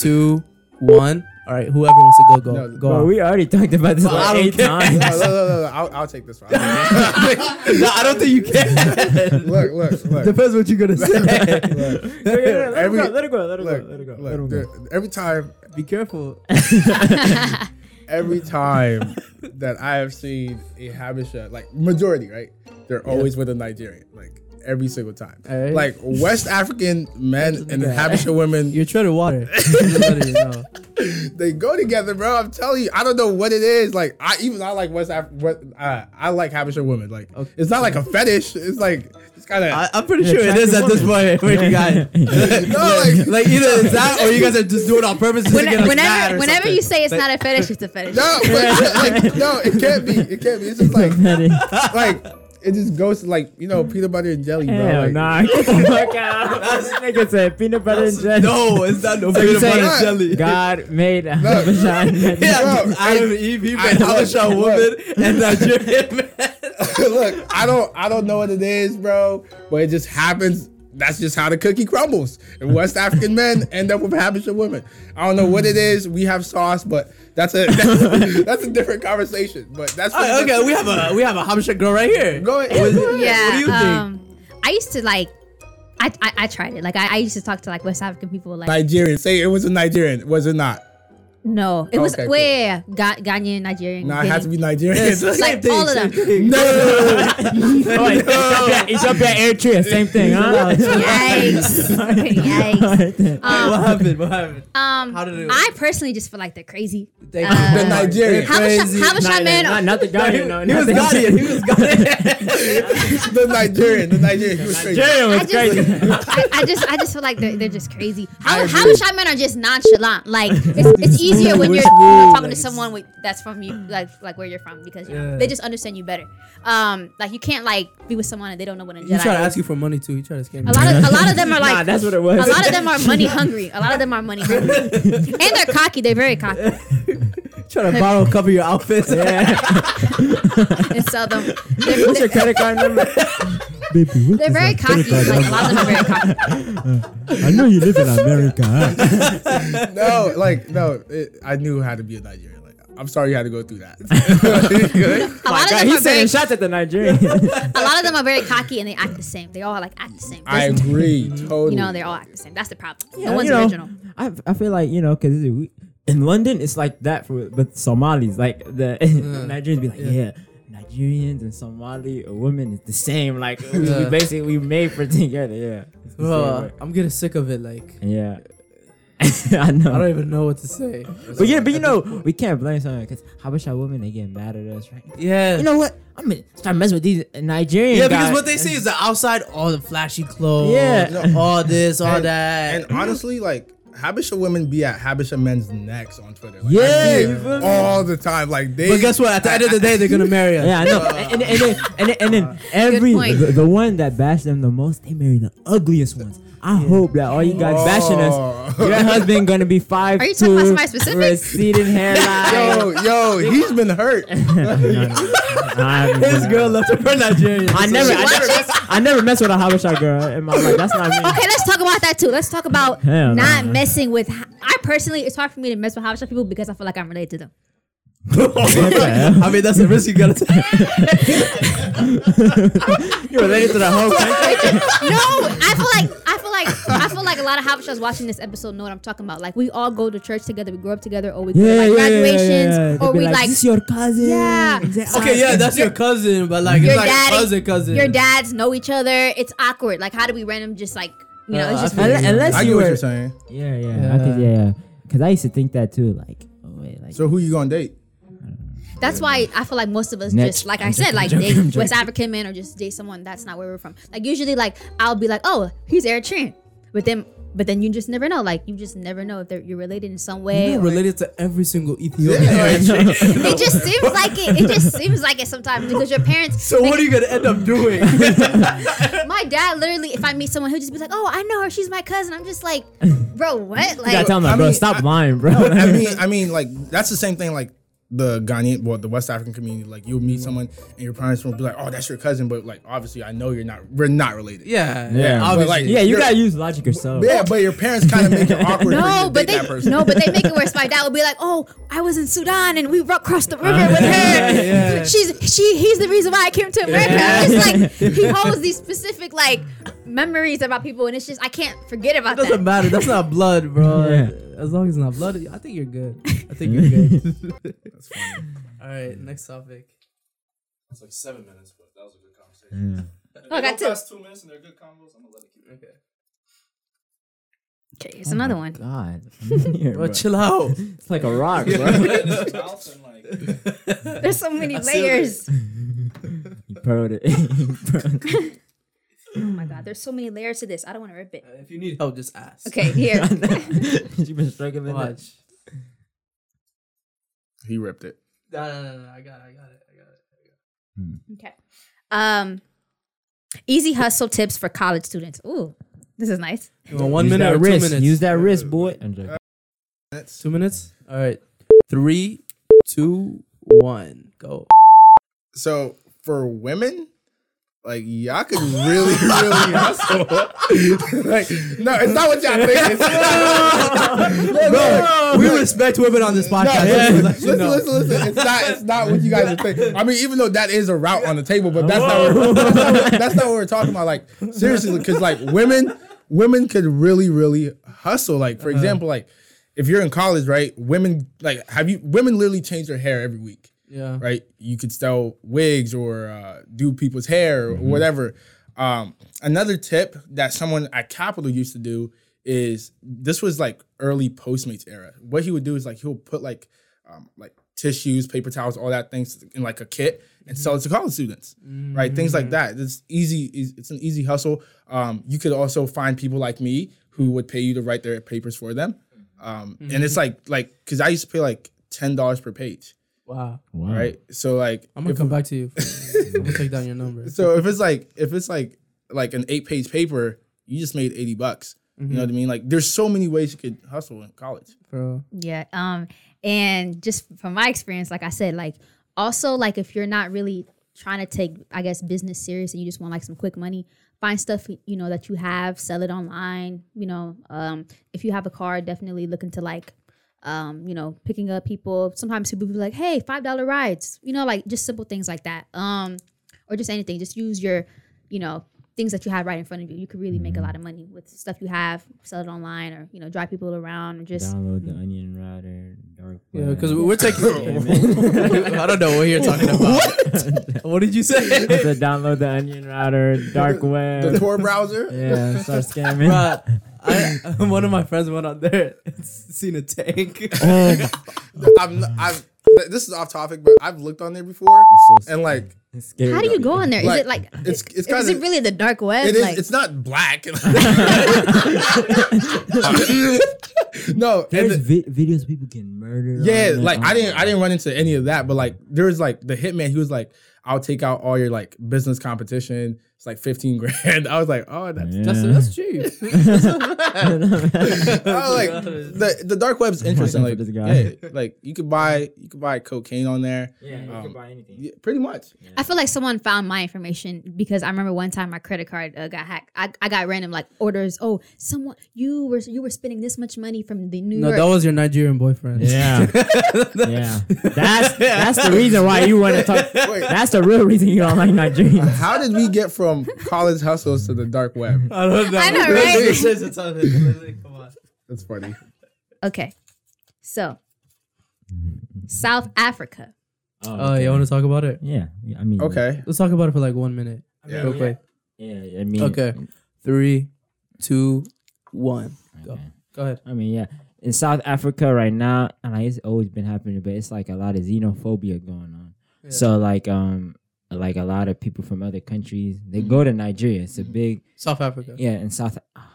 Speaker 7: two, one. All right, whoever wants to go, go,
Speaker 6: No,
Speaker 7: go.
Speaker 8: Bro,
Speaker 7: on.
Speaker 8: we already talked about this
Speaker 7: Well, I
Speaker 8: like
Speaker 7: don't
Speaker 8: eight
Speaker 6: No, no,
Speaker 7: care.
Speaker 8: times.
Speaker 6: no, no, no. I'll, I'll take this one. I'll
Speaker 7: no, I don't think you
Speaker 6: take
Speaker 7: can.
Speaker 6: this one. look, look, look.
Speaker 7: Depends what you're gonna say.
Speaker 8: Let it
Speaker 6: Every-
Speaker 8: go. Let it go. Let
Speaker 6: Look,
Speaker 8: it go. Let it go.
Speaker 6: look,
Speaker 8: Let it go.
Speaker 6: dude, every time,
Speaker 7: Be careful.
Speaker 6: every time that I have seen a Habesha, like majority, right? They're always with a Nigerian, like every single time.
Speaker 7: Alright.
Speaker 6: Like West African men and Habesha women,
Speaker 7: You're treading water. Everybody know.
Speaker 6: they go together, bro. I'm telling you, I don't know what it is. Like I even I like West Af- what uh, I like Habesha women. Like
Speaker 7: Okay.
Speaker 6: it's not like a fetish. It's like it's kind
Speaker 7: I,
Speaker 6: of
Speaker 7: I'm pretty sure it is at this point. Where you guys?
Speaker 6: no, like
Speaker 7: Like either it's that or you guys are just doing it on purpose. Just to get us
Speaker 5: Whenever,
Speaker 7: mad
Speaker 5: whenever,
Speaker 7: or
Speaker 5: whenever
Speaker 7: something.
Speaker 5: you say it's not a fetish, it's a fetish.
Speaker 6: no, but, like, no, it can't be. It can't be. It's just like like it just goes to like you know peanut butter and jelly, bro.
Speaker 8: Hell
Speaker 6: like,
Speaker 8: nah. Get the fuck out. This nigga said peanut butter and jelly.
Speaker 7: no, it's not no
Speaker 8: you
Speaker 7: peanut butter
Speaker 8: saying-
Speaker 7: jelly.
Speaker 8: God made a
Speaker 6: Look.
Speaker 8: vagina.
Speaker 7: Yeah,
Speaker 6: Bro,
Speaker 7: just Adam and Eve, he
Speaker 6: I-
Speaker 7: made
Speaker 6: I-
Speaker 7: Habesha woman and Nigerian man.
Speaker 6: Look, I don't I don't know what it is, bro, but it just happens. That's just how the cookie crumbles. And West African men end up with Habesha women. I don't know what it is. We have sauce, but that's a that's, a different conversation. But that's
Speaker 7: All right, okay, we have a we have a Habesha girl right here.
Speaker 6: go ahead.
Speaker 5: yeah.
Speaker 7: What do you think?
Speaker 5: Um, I used to like, I, I, I tried it. Like I, I used to talk to like West African people. Like
Speaker 6: Nigerian. Say it was a Nigerian. Was it not?
Speaker 9: No, it was
Speaker 6: Okay, cool.
Speaker 9: wait, yeah, yeah, Ga- Ghanaian, Nigerian.
Speaker 6: Nah, it had to be Nigerian.
Speaker 9: like all of them.
Speaker 8: Oh, Ethiopia, Ethiopia Eritrea, same thing, huh?
Speaker 9: Yikes!
Speaker 7: what
Speaker 9: Yikes!
Speaker 7: happened? What happened?
Speaker 5: uh,
Speaker 9: Um,
Speaker 7: How did it-
Speaker 9: I personally just they're like they're crazy.
Speaker 7: They-
Speaker 6: the Nigerian.
Speaker 9: Habasha, Habasha
Speaker 8: Not,
Speaker 9: man,
Speaker 8: not, not the guy. No,
Speaker 7: he
Speaker 8: not
Speaker 7: was
Speaker 8: the-
Speaker 7: Ghanaian. He was Ghanaian.
Speaker 6: the Nigerian. The Nigerian. He was crazy.
Speaker 8: Damn,
Speaker 9: I
Speaker 8: it's
Speaker 9: just,
Speaker 8: crazy.
Speaker 9: I, I just, I just feel like they're, they're just crazy. How, Habasha men are just nonchalant. Like it's, it's easier when you're, you're talking to someone with, that's from you, like like where you're from, because you know,
Speaker 7: Yeah.
Speaker 9: they just understand you better. Um, like you can't like be with someone and they don't know what a
Speaker 7: He
Speaker 9: Jedi.
Speaker 7: tried to
Speaker 9: is.
Speaker 7: ask you for money too. He tried to scam you.
Speaker 9: a lot of a lot of them are
Speaker 8: Nah,
Speaker 9: like
Speaker 8: that's what it was.
Speaker 9: a lot of them are money hungry. A lot of them are money hungry, and they're cocky. They're very cocky.
Speaker 7: trying to borrow a couple of your outfits.
Speaker 8: Yeah.
Speaker 9: and sell them. They're,
Speaker 8: What's your
Speaker 9: they're,
Speaker 8: credit card number?
Speaker 9: they're very cocky. Like a lot of them are very cocky.
Speaker 10: I know you live in America. huh?
Speaker 6: No, like no, it, I knew how to be a Nigerian. Like, I'm sorry you had to go through that.
Speaker 9: A lot
Speaker 8: God,
Speaker 9: of them are
Speaker 8: he's
Speaker 9: very.
Speaker 8: sending shots at the Nigerian.
Speaker 9: A lot of them are very cocky, and they act the same. They all like act the same.
Speaker 6: I
Speaker 9: There's-
Speaker 6: agree totally.
Speaker 9: you know, they all act the same. That's the problem.
Speaker 8: Yeah,
Speaker 9: no one's
Speaker 8: you know,
Speaker 9: original.
Speaker 8: I, I feel like you know because in London it's like that for but Somalis like the Nigerians be like yeah. Nigerians and Somali a woman is the same like we, we
Speaker 7: Yeah.
Speaker 8: basically we made for together yeah It's the same
Speaker 7: Bro,
Speaker 8: way.
Speaker 7: I'm getting sick of it. Like,
Speaker 8: yeah I know
Speaker 7: I don't even know what to say.
Speaker 8: but yeah but you know we can't blame someone because Habesha women they get mad at us right
Speaker 7: Yeah.
Speaker 8: you know what I'm gonna start messing with these Nigerian
Speaker 7: yeah, because
Speaker 8: guys.
Speaker 7: what they say is that outside, all the flashy clothes,
Speaker 8: Yeah.
Speaker 7: you know, all this, all
Speaker 6: and,
Speaker 7: that.
Speaker 6: and honestly, like Habesha women be at Habesha men's necks on Twitter. Like, I
Speaker 8: Yeah,
Speaker 6: see
Speaker 8: you
Speaker 6: it
Speaker 8: feel me?
Speaker 6: all the time. Like they.
Speaker 7: but guess what? At the end of the day, they're gonna marry us.
Speaker 8: Yeah, I know. and, and, and, and, and, then every
Speaker 9: point.
Speaker 8: the, the one that bashed them the most, they marry the ugliest ones. I hope that all you guys bashing us,
Speaker 6: Oh.
Speaker 8: your husband gonna be five.
Speaker 9: Are you talking about
Speaker 8: two,
Speaker 9: somebody specific?
Speaker 8: Receding hairline.
Speaker 6: Yo, yo, he's been hurt.
Speaker 8: I'm-
Speaker 7: This girl loves her Nigerian.
Speaker 8: I never, I
Speaker 9: Watch
Speaker 8: never,
Speaker 9: this.
Speaker 8: I never messed with a Habesha girl in my life. That's not me.
Speaker 9: Okay, let's talk about that too. Let's talk about
Speaker 8: Hell
Speaker 9: not
Speaker 8: no.
Speaker 9: messing with. I personally, it's hard for me to mess with Habesha people because I feel like I'm related to them.
Speaker 7: I mean, that's the risk you gotta take.
Speaker 8: You're related to the whole country.
Speaker 9: No, I feel like I feel like I feel like a lot of Habeshas watching this episode know what I'm talking about. Like we all go to church together, we grow up together, or we go
Speaker 8: Yeah,
Speaker 9: to
Speaker 8: yeah,
Speaker 9: like
Speaker 8: yeah, yeah,
Speaker 9: graduations,
Speaker 8: yeah. They'd
Speaker 9: or
Speaker 8: be
Speaker 9: we like
Speaker 8: "This is your cousin.
Speaker 9: Yeah.
Speaker 8: Exactly.
Speaker 7: Okay, yeah, that's your cousin, but like, it's
Speaker 9: Your
Speaker 7: like
Speaker 9: daddy-
Speaker 7: cousin, cousin.
Speaker 9: your dads know each other. It's awkward. Like, how do we random just like you know? It's
Speaker 7: Uh,
Speaker 9: just
Speaker 7: I feel
Speaker 8: Unless,
Speaker 7: you.
Speaker 8: unless
Speaker 6: I get
Speaker 8: you
Speaker 6: what
Speaker 8: were,
Speaker 6: you're saying.
Speaker 8: yeah, yeah, yeah, I could, yeah, yeah. Because I used to think that too. Like, oh wait, like.
Speaker 6: So who you gonna date?
Speaker 9: that's why I feel like most of us
Speaker 8: Next.
Speaker 9: just like I said, like date West African men or just date someone that's not where we're from. Like usually, like I'll be like, oh, he's Eritrean, but then but then you just never know. Like you just never know if they're, you're related in some way.
Speaker 7: You're
Speaker 9: or-
Speaker 7: related to every single Ethiopian.
Speaker 9: It just seems like it. It just seems like it sometimes because your parents.
Speaker 7: So what are you gonna end up doing? You're
Speaker 9: My dad literally, if I meet someone, he'll just be like, "Oh, I know her. She's my cousin." I'm just like, bro, what?
Speaker 8: You gotta
Speaker 9: Like,
Speaker 8: tell me,
Speaker 6: I
Speaker 8: bro.
Speaker 6: mean,
Speaker 8: Stop
Speaker 6: I-
Speaker 8: lying, bro.
Speaker 6: I mean, I mean, like that's the same thing. Like the Ghanaian, well, the West African community. Like you'll meet someone, and your parents will be like, "Oh, that's your cousin," but like obviously, I know you're not. We're not related.
Speaker 7: yeah,
Speaker 8: Yeah, but
Speaker 7: obviously.
Speaker 6: like-
Speaker 8: yeah, you
Speaker 6: You're-
Speaker 8: gotta use logic yourself.
Speaker 6: Yeah, but your parents kind of make it awkward. for you
Speaker 9: No,
Speaker 6: to
Speaker 9: but
Speaker 6: date
Speaker 9: they
Speaker 6: that person.
Speaker 9: no, but they make it worse. My dad would be like, "Oh, I was in Sudan and we ro- crossed the river with her.
Speaker 7: Yeah.
Speaker 9: She's she. He's the reason why I came to America." It's like he holds these specific like memories about people, and it's just I can't forget about
Speaker 7: It doesn't
Speaker 9: that.
Speaker 7: matter. That's not blood, bro.
Speaker 8: Yeah.
Speaker 7: As long as it's not blood, I think you're good. I think you're good. That's funny. All right, next topic.
Speaker 6: It's like seven minutes, but that was a good conversation.
Speaker 9: Oh, I got two.
Speaker 6: two minutes and they're good combos. I'm gonna let it keep. Okay.
Speaker 9: Okay, it's another one.
Speaker 8: God, Yeah,
Speaker 7: Bro,
Speaker 8: bro.
Speaker 7: chill out. Uh,
Speaker 8: it's like a rock, bro.
Speaker 9: There's so many
Speaker 7: see
Speaker 9: layers.
Speaker 8: you pearled it. You pearled it.
Speaker 9: Oh my god, there's so many layers to this. I don't want to rip it.
Speaker 7: If you need help, just ask.
Speaker 9: Okay, here.
Speaker 8: You've been struggling. it.
Speaker 7: Watch.
Speaker 6: He ripped it.
Speaker 7: No, no, no, no. I got it. I got it. I got it.
Speaker 9: Okay. Um, easy hustle tips for college students. Ooh, this is nice.
Speaker 7: You want one
Speaker 8: Use
Speaker 7: minute
Speaker 8: that
Speaker 7: or
Speaker 8: wrist.
Speaker 7: two minutes?
Speaker 8: Use that wrist, boy. I'm joking.
Speaker 7: Two minutes. All right. Three, two, one. Go.
Speaker 6: So for women, like y'all could really, really hustle. like no, it's not what y'all think. It's
Speaker 7: Bro, we respect women on this
Speaker 6: No, listen,
Speaker 7: podcast. Let you
Speaker 6: listen,
Speaker 7: know.
Speaker 6: listen, listen. It's not, it's not what you guys are thinking. I mean, even though that is a route on the table, but that's not, what, that's not what, that's not what we're talking about. Like
Speaker 7: Uh-huh.
Speaker 6: seriously, because like women, women could really, really hustle. Like for example, like if you're in college, right? Women like have you women literally change their hair every week,
Speaker 7: Yeah.
Speaker 6: right? You could sell wigs or uh, do people's hair or
Speaker 7: Mm-hmm.
Speaker 6: whatever. Um, another tip that someone at Capital used to do is this was like early Postmates era. What he would do is like he'll put like um, like tissues, paper towels, all that things in like a kit and sell it to college students, right? Things like that. It's easy. is- It's an easy hustle. Um, you could also find people like me who would pay you to write their papers for them, um, and it's like like because I used to pay like ten dollars per page,
Speaker 7: Wow.
Speaker 11: Wow.
Speaker 6: right? So like
Speaker 7: I'm gonna
Speaker 6: if-
Speaker 7: come back to you. I'm gonna take down your number.
Speaker 6: so if it's like if it's like like an eight page paper, you just made eighty bucks. You know what I mean? Like there's so many ways you could hustle in college.
Speaker 7: Bro.
Speaker 5: Yeah. Um, and just from my experience, like I said, like also like if you're not really trying to take, I guess, business serious and you just want like some quick money, find stuff you know that you have, sell it online. You know, um, if you have a car, definitely look into like. Um, you know, picking up people. Sometimes people be like, "Hey, five dollar rides." You know, like just simple things like that. Um, or just anything. Just use your, you know, things that you have right in front of you. You could really make a lot of money with stuff you have. Sell it online, or you know, drive people around, or just
Speaker 8: Download the onion router, dark
Speaker 7: Yeah, because
Speaker 8: web.
Speaker 7: we're taking. I don't know what you're talking about. What, did you say?
Speaker 8: I said download the onion router, dark
Speaker 6: The
Speaker 8: web.
Speaker 6: Tor browser.
Speaker 8: Yeah, start scamming.
Speaker 7: Bruh, I, one of my friends went out there and s- seen a tank.
Speaker 6: I'm, I've, th- this is off topic, but I've looked on there before,
Speaker 8: so
Speaker 6: and like
Speaker 8: It's scary.
Speaker 5: How do you go on there? Is
Speaker 6: Like,
Speaker 5: it like
Speaker 6: it's- it's
Speaker 5: is,
Speaker 6: kinda-
Speaker 5: it really the dark web?
Speaker 6: it is.
Speaker 5: like
Speaker 6: it's not black. no, and
Speaker 8: There's
Speaker 6: the-
Speaker 8: vi- videos of people getting murdered.
Speaker 6: yeah,
Speaker 8: on there.
Speaker 6: like I
Speaker 8: Oh,
Speaker 6: didn't, I didn't run into any of that, but like there was like the hitman. He was like, "I'll take out all your like business competition. It's like fifteen grand." I was like, "Oh, that's
Speaker 8: Yeah.
Speaker 7: That's, that's cheap.
Speaker 6: I was like the the dark web's interesting.
Speaker 8: for
Speaker 6: Like,
Speaker 8: this guy.
Speaker 6: yeah, like you could buy you could buy cocaine on there.
Speaker 8: Yeah, you
Speaker 6: Um,
Speaker 8: can buy anything.
Speaker 6: Yeah, pretty much.
Speaker 5: I feel like someone found my information because I remember one time my credit card uh, got hacked. I, I got random like orders. Oh, someone you were you were spending this much money from the New
Speaker 7: No,
Speaker 5: York.
Speaker 7: that was your Nigerian boyfriend.
Speaker 8: Yeah, yeah. That's that's the reason why you want to talk. That's the real reason you don't like Nigerians.
Speaker 6: How did we get from college hustles to the dark web?
Speaker 7: I don't know.
Speaker 5: I know, right?
Speaker 7: This is a ton of- Come on.
Speaker 6: That's funny.
Speaker 5: okay, so South Africa.
Speaker 7: Oh, you want to talk about it?
Speaker 8: Yeah, yeah, I mean.
Speaker 6: Okay.
Speaker 7: Let's talk about it for like one minute.
Speaker 6: Yeah.
Speaker 7: Real quick.
Speaker 8: Yeah, I mean.
Speaker 7: Okay. Three, two, one. Go. Go ahead.
Speaker 8: I mean, yeah. In South Africa right now, and like, it's always been happening, but it's like a lot of xenophobia going on. So like um like a lot of people from other countries, they go to Nigeria. It's a big
Speaker 7: South Africa.
Speaker 8: yeah, in South ah,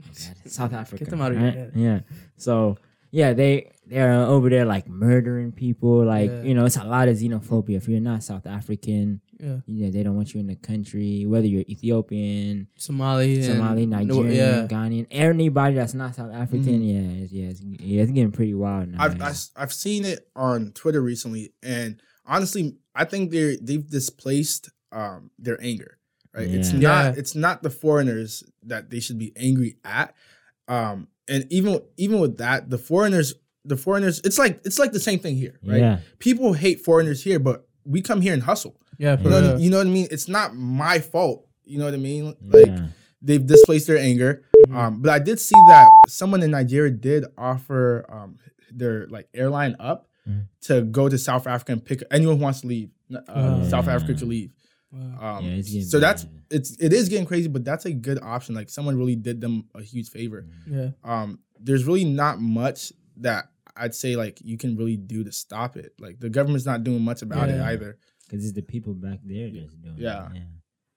Speaker 8: my God, South Africa.
Speaker 7: them out of your head.
Speaker 8: Yeah. So yeah, they they're over there like murdering people. Like
Speaker 7: Yeah.
Speaker 8: you know, it's a lot of xenophobia. If you're not South African,
Speaker 7: Yeah.
Speaker 8: you know, they don't want you in the country. Whether you're Ethiopian,
Speaker 7: Somali. and-
Speaker 8: Somali,
Speaker 7: No,
Speaker 8: Nigerian,
Speaker 7: yeah.
Speaker 8: Ghanaian, anybody that's not South African, yeah, it's, yeah, it's, yeah, it's getting pretty wild now.
Speaker 6: Mm-hmm. I've I, have i have seen it on Twitter recently, and honestly, I think they are they've displaced um their anger. Right? It's
Speaker 8: Yeah.
Speaker 6: not
Speaker 7: Yeah.
Speaker 6: it's not the foreigners that they should be angry at. Um, and even even with that, the foreigners the foreigners it's like it's like the same thing here, right?
Speaker 8: Yeah,
Speaker 6: People hate foreigners here, but we come here and hustle.
Speaker 7: Yeah,
Speaker 6: You
Speaker 7: for
Speaker 6: know,
Speaker 7: real.
Speaker 6: you know what I mean? It's not my fault. You know what I mean? Like
Speaker 8: yeah.
Speaker 6: they've displaced their anger. Um, but I did see that someone in Nigeria did offer um, their like airline up
Speaker 8: Mhm.
Speaker 6: to go to South Africa and pick anyone who wants to leave. Uh,
Speaker 7: Wow.
Speaker 6: South Africa to leave.
Speaker 7: Wow.
Speaker 6: Um,
Speaker 8: Yeah, it's getting
Speaker 6: so that's
Speaker 8: bad.
Speaker 6: it's it is getting crazy, but that's a good option. Like someone really did them a huge favor.
Speaker 7: Yeah.
Speaker 6: Um, there's really not much that I'd say like you can really do to stop it. Like the government's not doing much about it
Speaker 7: Yeah.
Speaker 6: either.
Speaker 8: because it's the people back there that's doing it,
Speaker 6: Yeah.
Speaker 8: yeah.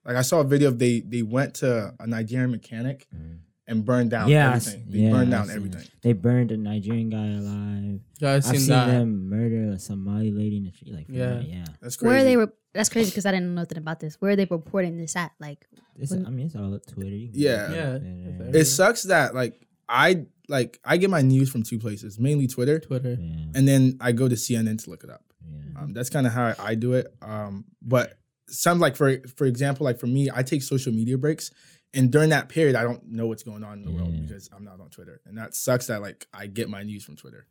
Speaker 6: Like I saw a video of they they went to a Nigerian mechanic
Speaker 8: Mhm.
Speaker 6: and burned down
Speaker 8: Yeah, I
Speaker 6: everything.
Speaker 8: s-
Speaker 6: They
Speaker 8: yeah,
Speaker 6: burned
Speaker 8: I
Speaker 6: down
Speaker 8: seen
Speaker 6: everything.
Speaker 8: that. They burned a Nigerian guy alive.
Speaker 7: Yeah, I've
Speaker 8: I've
Speaker 7: seen,
Speaker 8: seen
Speaker 7: that.
Speaker 8: them murder a Somali lady in the street. Like,
Speaker 7: Yeah.
Speaker 8: yeah, yeah.
Speaker 6: That's crazy.
Speaker 5: Where they were. That's crazy because I didn't know nothing about this. Where are they reporting this at? Like,
Speaker 8: It's, I
Speaker 5: When-
Speaker 8: mean, it's all up Twitter. you can
Speaker 6: Yeah.
Speaker 8: look it up
Speaker 7: Yeah.
Speaker 8: there.
Speaker 6: it sucks that like I like I get my news from two places, mainly Twitter,
Speaker 7: Twitter.
Speaker 8: Yeah,
Speaker 6: and then I go to CNN to look it up.
Speaker 8: yeah.
Speaker 6: Um, that's kind of how I do it. Um, but some like for for example, like for me, I take social media breaks, and during that period, I don't know what's going on in the world
Speaker 8: Yeah.
Speaker 6: because I'm not on Twitter, and that sucks that like I get my news from Twitter.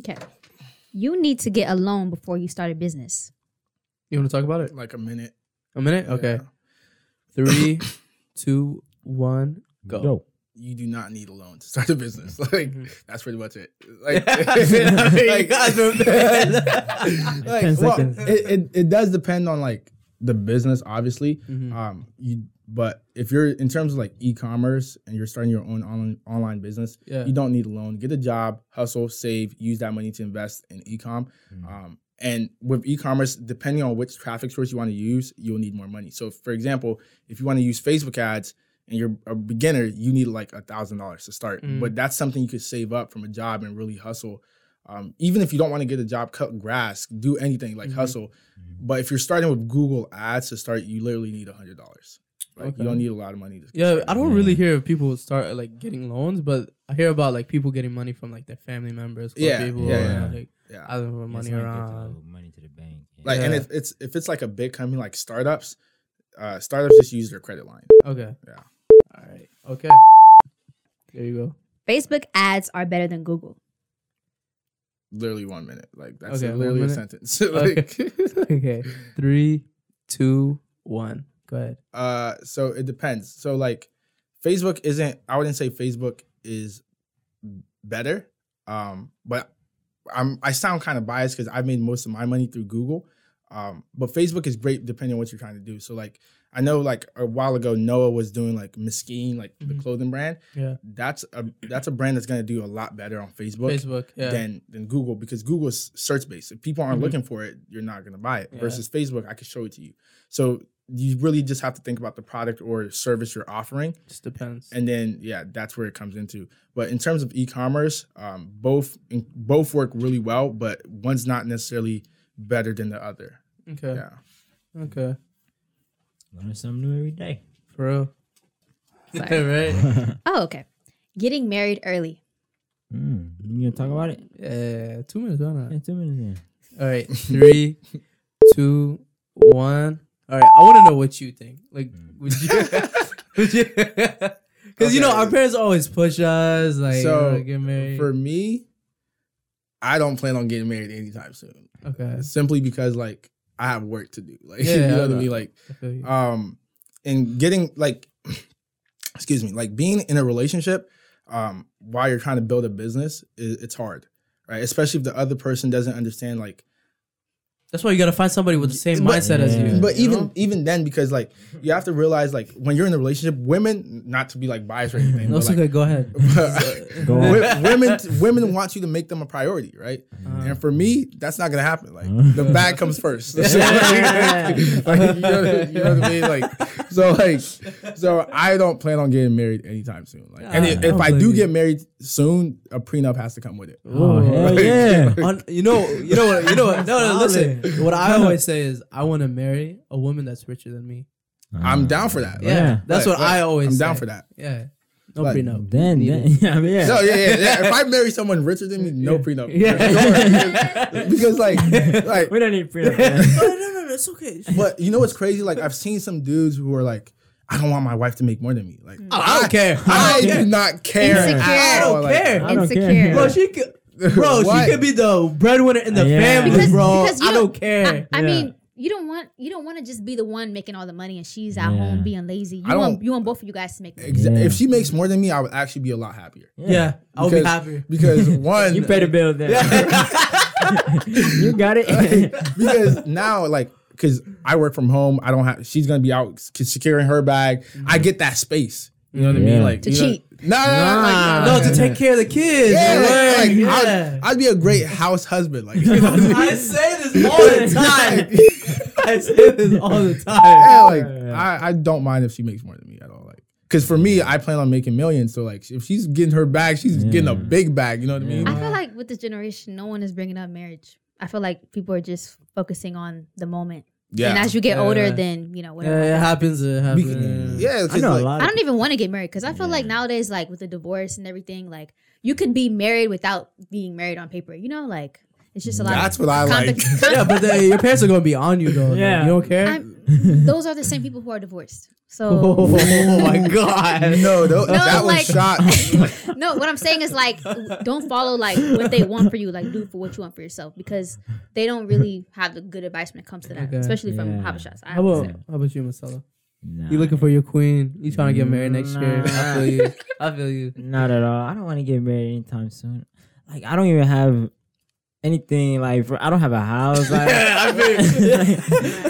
Speaker 5: okay, you need to get a loan before you start a business.
Speaker 7: You want to talk about it?
Speaker 6: Like a minute.
Speaker 7: A minute? Okay. Three, two, one, go.
Speaker 8: Go.
Speaker 6: you do not need a loan to start a business. Like that's pretty much it. Like, you know what I mean?
Speaker 7: Like, guys, we're-
Speaker 6: Like,
Speaker 8: Ten
Speaker 6: well,
Speaker 8: seconds.
Speaker 6: it, it it does depend on like the business, obviously. Um, you but if you're in terms of like e-commerce and you're starting your own online online business,
Speaker 7: Yeah.
Speaker 6: you don't need a loan. Get a job, hustle, save, use that money to invest in e-com.
Speaker 8: Mm-hmm.
Speaker 6: Um, and with e-commerce, depending on which traffic source you want to use, you'll need more money. So, for example, if you want to use Facebook ads and you're a beginner, you need like a thousand dollars to start.
Speaker 7: Mm.
Speaker 6: But that's something you could save up from a job and really hustle. Um, even if you don't want to get a job, cut grass, do anything like
Speaker 7: Mhm.
Speaker 6: hustle. But if you're starting with Google Ads to start, you literally need a hundred dollars. Like
Speaker 7: Okay.
Speaker 6: you don't need a lot of money. To
Speaker 7: yeah, I don't really hear of people start like getting loans, but I hear about like people getting money from like their family members, close
Speaker 6: Yeah,
Speaker 7: people,
Speaker 6: yeah,
Speaker 7: and,
Speaker 8: yeah.
Speaker 7: like
Speaker 6: Yeah.
Speaker 7: I don't know, money
Speaker 8: It's like
Speaker 7: around.
Speaker 8: the money to the bank. Yeah.
Speaker 6: Like and
Speaker 7: Yeah.
Speaker 6: if it's if it's like a big company like startups, uh, startups just use their credit line.
Speaker 7: Okay.
Speaker 6: Yeah.
Speaker 7: All right. Okay. There you go.
Speaker 5: Facebook ads are better than Google.
Speaker 6: Literally one minute. Like that's
Speaker 7: Okay, one
Speaker 6: literally a
Speaker 7: minute.
Speaker 6: sentence. like,
Speaker 7: okay. Three, two, one. Go ahead.
Speaker 6: Uh, so it depends. So like, Facebook isn't. I wouldn't say Facebook is better. Um, but I'm. I sound kind of biased because I made most of my money through Google. Um, but Facebook is great depending on what you're trying to do. So like, I know like a while ago Noah was doing like Mesquine, like the
Speaker 7: Mhm.
Speaker 6: clothing brand.
Speaker 7: Yeah.
Speaker 6: That's a that's a brand that's gonna do a lot better on Facebook.
Speaker 7: Facebook. Yeah.
Speaker 6: Than, than Google because Google is search based. If people aren't
Speaker 7: Mhm.
Speaker 6: looking for it, you're not going to buy it.
Speaker 7: Yeah.
Speaker 6: Versus Facebook, I can show it to you. So you really just have to think about the product or service you're offering
Speaker 7: Just depends.
Speaker 6: and then yeah that's where it comes into but in terms of e-commerce um, both in, both work really well but one's not necessarily better than the other
Speaker 7: okay.
Speaker 6: yeah
Speaker 7: Okay.
Speaker 8: Learn something new every day.
Speaker 7: For real.
Speaker 5: Sorry.
Speaker 7: right.
Speaker 5: Oh, okay. Getting married early.
Speaker 8: Mm. You gonna talk about it?
Speaker 7: Yeah. Two minutes. Why not?
Speaker 8: Yeah, two minutes. Yeah.
Speaker 7: All right, three, two, one. All right, I want to know what you think. Like, would you? would you? Because you know
Speaker 6: Mm. Okay.
Speaker 7: our parents always push us, like,
Speaker 6: So,
Speaker 7: oh, get married.
Speaker 6: for me i don't plan on getting married anytime soon
Speaker 7: okay,
Speaker 6: simply because like i have work to do like you
Speaker 7: Yeah,
Speaker 6: know
Speaker 7: I
Speaker 6: what i
Speaker 7: know.
Speaker 6: mean like
Speaker 7: I feel you.
Speaker 6: um and getting like excuse me like being in a relationship um while you're trying to build a business i- it's hard right especially if the other person doesn't understand like
Speaker 7: That's why you gotta find somebody with the same
Speaker 6: But-
Speaker 7: mindset as you.
Speaker 6: but
Speaker 7: you
Speaker 6: even
Speaker 7: know?
Speaker 6: even then because like you have to realize like when you're in a relationship women not to be like biased or anything
Speaker 7: no,
Speaker 6: but,
Speaker 7: it's okay.
Speaker 6: like,
Speaker 7: Go ahead.
Speaker 8: Go on.
Speaker 6: wi- women women want you to make them a priority right and for me that's not gonna happen like the bag comes first like, you, know, you know what I mean? Like, so like, so I don't plan on getting married anytime soon. Like, and
Speaker 7: Yeah,
Speaker 6: if,
Speaker 7: Ah, I
Speaker 6: if
Speaker 7: don't
Speaker 6: I
Speaker 7: blame
Speaker 6: do
Speaker 7: you.
Speaker 6: get married soon, a prenup has to come with it.
Speaker 8: Oh, hell yeah.
Speaker 7: On, you know, you know what? You know what? No, no. Listen, what I always say is, I want to marry a woman that's richer than me.
Speaker 6: I'm down for that. Like,
Speaker 7: Yeah,
Speaker 8: Yeah.
Speaker 7: that's
Speaker 6: like,
Speaker 7: what I
Speaker 6: like,
Speaker 7: always.
Speaker 6: I'm down
Speaker 7: say.
Speaker 6: for that.
Speaker 7: Yeah, no
Speaker 6: Like,
Speaker 7: prenup.
Speaker 8: Then, then yeah, yeah.
Speaker 6: No, yeah, yeah, yeah. If I marry someone richer than me, no prenup.
Speaker 7: Yeah.
Speaker 6: Sure. because like, like,
Speaker 8: we don't need prenup. man.
Speaker 7: no, no, no, no, it's okay.
Speaker 6: but you know what's crazy? Like, I've seen some dudes who are like, I don't want my wife to make more than me. Like,
Speaker 7: I don't care.
Speaker 6: I do not care. at
Speaker 5: Insecure. I
Speaker 6: all.
Speaker 7: don't
Speaker 6: Like,
Speaker 7: care.
Speaker 8: I don't
Speaker 5: Insecure.
Speaker 8: care.
Speaker 7: Bro, she could, bro,
Speaker 6: What?
Speaker 7: she could be the breadwinner in the
Speaker 8: Yeah.
Speaker 7: family,
Speaker 8: Because-
Speaker 7: bro.
Speaker 5: because you
Speaker 7: I
Speaker 5: don't-
Speaker 7: don't care.
Speaker 5: I, I
Speaker 8: Yeah.
Speaker 5: mean, you don't want you don't want to just be the one making all the money and she's out
Speaker 8: Yeah.
Speaker 5: home being lazy. You
Speaker 6: I
Speaker 5: want
Speaker 6: don't-
Speaker 5: you want both of you guys to make money.
Speaker 6: Exa-
Speaker 8: Yeah.
Speaker 6: If she makes more than me, I would actually be a lot happier.
Speaker 7: yeah, I would be
Speaker 6: Because-
Speaker 7: happy.
Speaker 6: Because one,
Speaker 8: You better build that. you got it.
Speaker 6: because now like because I work from home, I don't have. She's gonna be out c- securing her bag. I get that space. You know what I mean?
Speaker 8: Yeah.
Speaker 6: Like
Speaker 5: To
Speaker 6: you know-
Speaker 5: cheat.
Speaker 6: No, no, no, no, like,
Speaker 7: No, to take care of the kids.
Speaker 6: Yeah,
Speaker 7: Yeah,
Speaker 6: like, like,
Speaker 7: yeah.
Speaker 6: I'd, I'd be a great house husband. Like, you know what I mean?
Speaker 7: I say this all the time. I say this all the time.
Speaker 6: yeah, like I, I don't mind if she makes more than me at all. Like, because for me, I plan on making millions. So like, if she's getting her bag, she's getting a big bag. You know what I mean?
Speaker 5: I feel like with this
Speaker 9: Eh.
Speaker 5: generation, no one is bringing up marriage. I feel like people are just focusing on the moment.
Speaker 6: Yeah.
Speaker 5: And as you get
Speaker 7: Yeah.
Speaker 5: older, then you know whatever.
Speaker 7: Yeah, it happens. It happens.
Speaker 6: yeah,
Speaker 8: I
Speaker 6: because
Speaker 8: know a
Speaker 6: like,
Speaker 8: lot.
Speaker 5: I
Speaker 8: Of
Speaker 5: don't even want to get married because I feel like nowadays, like with the divorce and everything, like you could be married without being married on paper. You know, like it's just a lot.
Speaker 6: that's
Speaker 5: of
Speaker 6: what I like.
Speaker 5: complica-
Speaker 7: Yeah, but the, your parents are gonna be on you though.
Speaker 8: Yeah.
Speaker 7: Yeah, you don't care.
Speaker 5: I'm- those are the same people who are divorced. So
Speaker 7: Oh my god.
Speaker 6: No, tho- that
Speaker 5: like-
Speaker 6: was shot.
Speaker 5: no, what I'm saying is like, don't follow like what they want for you. Like, do for what you want for yourself because they don't really have the good advice when it comes to that,
Speaker 7: Okay.
Speaker 5: especially from
Speaker 8: Yeah.
Speaker 5: Habashas. I
Speaker 7: How
Speaker 5: have to
Speaker 7: about
Speaker 5: say.
Speaker 7: how about you, Marcella?
Speaker 8: Nah,
Speaker 7: You looking for your queen? You trying to get married next year? I feel you. I feel you.
Speaker 8: Not at all. I don't want to get married anytime soon. Like I don't even have anything. Like for, I don't have a house. Like, like,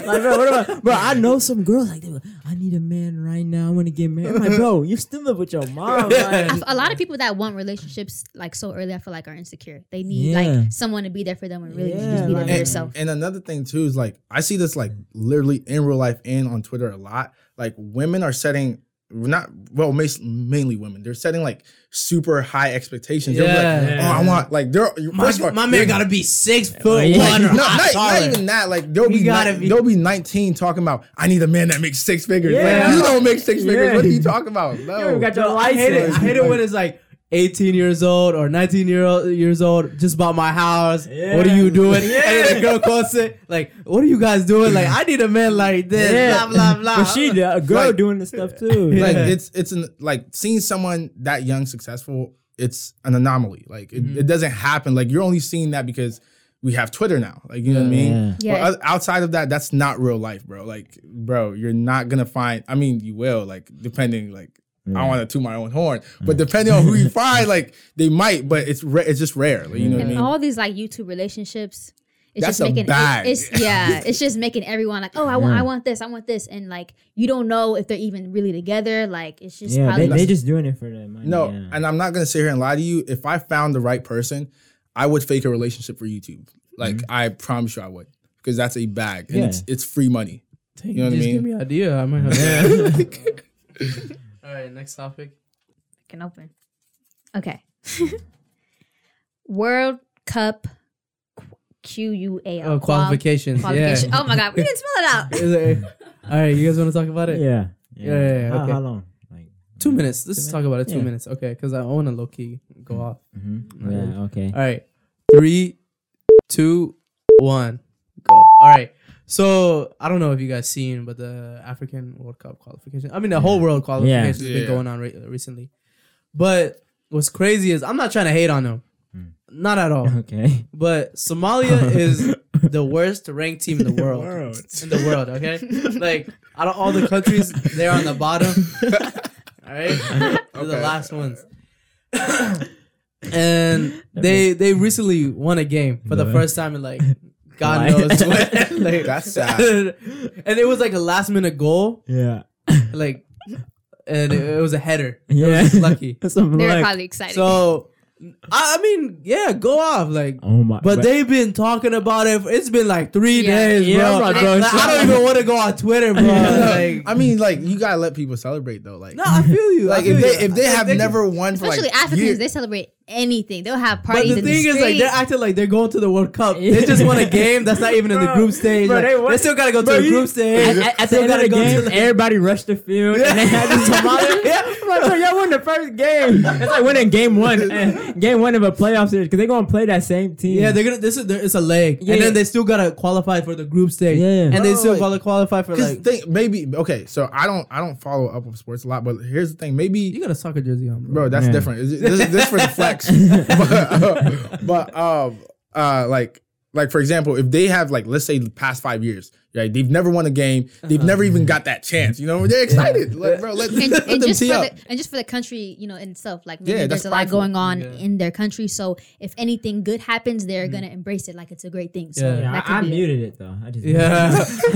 Speaker 8: bro, what about, bro? I know some girls like they. were, I need a man right now. I want to get married. I'm like, bro, you still live with your mom.
Speaker 5: I
Speaker 8: Like,
Speaker 5: f- a lot of people that want relationships like so early, I feel like are insecure. They need
Speaker 8: Yeah.
Speaker 5: like someone to be there for them and really you
Speaker 8: Yeah,
Speaker 5: just be there for
Speaker 8: like-
Speaker 5: yourself.
Speaker 6: And another thing too is like I see this like literally in real life and on Twitter a lot. Like women are setting not well mas- mainly women they're setting like super high expectations. They're like,
Speaker 7: Yeah.
Speaker 6: oh, I want like they're first of all, they're-
Speaker 7: be six foot
Speaker 8: Yeah. one
Speaker 6: no, not, not even that. Like they'll
Speaker 7: He
Speaker 6: be,
Speaker 7: gotta
Speaker 6: ni-
Speaker 7: be-
Speaker 6: they'll be nineteen talking about I need a man that makes six figures.
Speaker 8: Yeah.
Speaker 6: Like you don't make six figures.
Speaker 8: Yeah.
Speaker 6: What are you talking about? No,
Speaker 8: you got your
Speaker 7: No, I
Speaker 8: license.
Speaker 7: hate it. I hate it when it's like 18 years old or 19 year old, years old. Just bought my house. What are you doing? And then the girl calls it like, "What are you guys doing? Like, I need a man like this." Blah
Speaker 8: Yeah.
Speaker 7: blah blah.
Speaker 8: But she the- a girl
Speaker 6: Like-
Speaker 8: doing this stuff too.
Speaker 6: like
Speaker 7: Yeah.
Speaker 6: it's it's an like seeing someone that young successful it's an anomaly like it, it doesn't happen like you're only seeing that because we have twitter now like you know what i mean
Speaker 8: Yeah.
Speaker 5: Yeah.
Speaker 6: But o- outside of that that's not real life bro like bro you're not gonna find i mean you will like depending like i want to toot my own horn but depending on who you find like they might but it's ra- it's just rare like, you know what i
Speaker 5: And
Speaker 6: mean
Speaker 5: all these like YouTube relationships, it's
Speaker 6: That's
Speaker 5: just
Speaker 6: a
Speaker 5: making it-
Speaker 6: bag.
Speaker 5: it's yeah, it's just making everyone like, oh, I want, I want this, I want this, and like you don't know if they're even really together. Like it's just
Speaker 8: Yeah,
Speaker 5: probably
Speaker 8: they, they just doing it for the money.
Speaker 6: No,
Speaker 8: yeah.
Speaker 6: and I'm not gonna sit here and lie to you. If I found the right person, I would fake a relationship for YouTube. Like
Speaker 7: Mm-hmm.
Speaker 6: I promise you, I would, because that's a bag and it's it's free money.
Speaker 7: Dang,
Speaker 6: know what I
Speaker 7: just
Speaker 6: mean?
Speaker 7: give me an idea. I might have. All right, next topic.
Speaker 5: can open. Okay. World Cup Q U A L
Speaker 7: Oh, qualifications.
Speaker 5: qualification.
Speaker 7: Yeah.
Speaker 5: Oh my god, we didn't spell it out.
Speaker 7: Is it- All right, you guys want to talk about it?
Speaker 8: yeah,
Speaker 7: yeah, yeah,
Speaker 8: How,
Speaker 7: okay.
Speaker 8: how long? Like
Speaker 7: Two minutes. Let's talk about it. Two
Speaker 8: Yeah.
Speaker 7: minutes. Mm-hmm. Okay, because I want to low key go off.
Speaker 8: mhm.
Speaker 7: uh,
Speaker 8: yeah, okay.
Speaker 7: All right. Three, two, one, go. All right. So I don't know if you guys seen, but the African World Cup qualification. I mean, the whole world qualification has
Speaker 6: Yeah.
Speaker 7: been going on re- recently. But what's crazy is I'm not trying to hate on them, not at all.
Speaker 8: Okay.
Speaker 7: But Somalia is the worst ranked team in the world. In the world, okay? Like out of all the countries, they're on the bottom. all right? They're the
Speaker 6: Okay.
Speaker 7: last ones. and they they recently won a game for the first time in like God
Speaker 8: Why?
Speaker 7: knows when. like,
Speaker 6: That's sad.
Speaker 7: and it was like a last minute goal,
Speaker 8: Yeah.
Speaker 7: like and it, it was a header. It
Speaker 8: Yeah.
Speaker 7: was lucky.
Speaker 8: Something
Speaker 5: They're
Speaker 8: like-
Speaker 5: probably excited.
Speaker 7: So I, I mean, yeah, go off like
Speaker 8: oh my.
Speaker 7: but they've been talking about it. It's been like three
Speaker 5: Yeah.
Speaker 7: days,
Speaker 8: Yeah,
Speaker 7: bro.
Speaker 8: I'm not
Speaker 7: Like,
Speaker 8: going
Speaker 7: I don't even want to go on Twitter, bro. Like,
Speaker 6: I mean, like you gotta let people celebrate though. Like,
Speaker 7: no, I feel you. I
Speaker 6: like if
Speaker 7: feel
Speaker 6: they
Speaker 7: you.
Speaker 6: if they
Speaker 7: I
Speaker 6: have
Speaker 7: think-
Speaker 6: never won for
Speaker 5: Especially
Speaker 6: like
Speaker 5: Africans,
Speaker 6: years-
Speaker 5: they celebrate anything. They'll have
Speaker 7: But
Speaker 5: parties
Speaker 7: the
Speaker 5: in the
Speaker 7: thing is, like,
Speaker 5: street.
Speaker 7: they're acting like they're going to the World Cup. They just won a game that's not even in the
Speaker 8: Bro,
Speaker 7: group stage.
Speaker 8: bro,
Speaker 7: Like,
Speaker 8: they
Speaker 7: they,
Speaker 8: won-
Speaker 7: still gotta go
Speaker 8: Bro,
Speaker 7: to the
Speaker 8: you-
Speaker 7: group stage.
Speaker 8: At, at- at the
Speaker 7: Still
Speaker 8: end of
Speaker 7: gotta
Speaker 8: the
Speaker 7: go
Speaker 8: game,
Speaker 7: to the-
Speaker 8: everybody rushed the field and they had this Somalia.
Speaker 7: Yeah.
Speaker 8: I'm like, bro, y'all won the first game. It's like winning game one, eh, game one of a playoff series because they're gonna play that same team.
Speaker 7: Yeah, they're gonna. This is there- it's a leg,
Speaker 8: Yeah.
Speaker 7: and then they still gotta qualify for the group stage,
Speaker 8: Yeah.
Speaker 7: and they
Speaker 6: Bro,
Speaker 7: still
Speaker 6: like-
Speaker 7: gotta qualify for
Speaker 6: 'cause
Speaker 7: like.
Speaker 6: think- maybe okay. So I don't I don't follow up on sports a lot, but here's the thing. Maybe
Speaker 7: you got a soccer jersey on,
Speaker 6: bro. That's
Speaker 8: Yeah.
Speaker 6: different. Is it- This is this for the flex. but, but um, uh, like like for example, if they have like let's say the past five years, right? They've never won a game. They've never
Speaker 7: Uh-huh.
Speaker 6: even got that chance. You know, they're excited, Let- bro. Let,
Speaker 5: and,
Speaker 6: let
Speaker 5: and
Speaker 6: them
Speaker 5: just for
Speaker 6: tee up.
Speaker 5: the, and just for the country, you know, in itself, like maybe
Speaker 6: Yeah, that's
Speaker 5: there's a lot
Speaker 6: prideful.
Speaker 5: going on
Speaker 7: Yeah. Mm-hmm.
Speaker 5: in their country. So if anything good happens, they're gonna embrace it like it's a great thing. So
Speaker 7: Yeah.
Speaker 8: Yeah,
Speaker 5: that could
Speaker 8: I, I
Speaker 5: be it.
Speaker 8: muted it though. I just
Speaker 7: Yeah,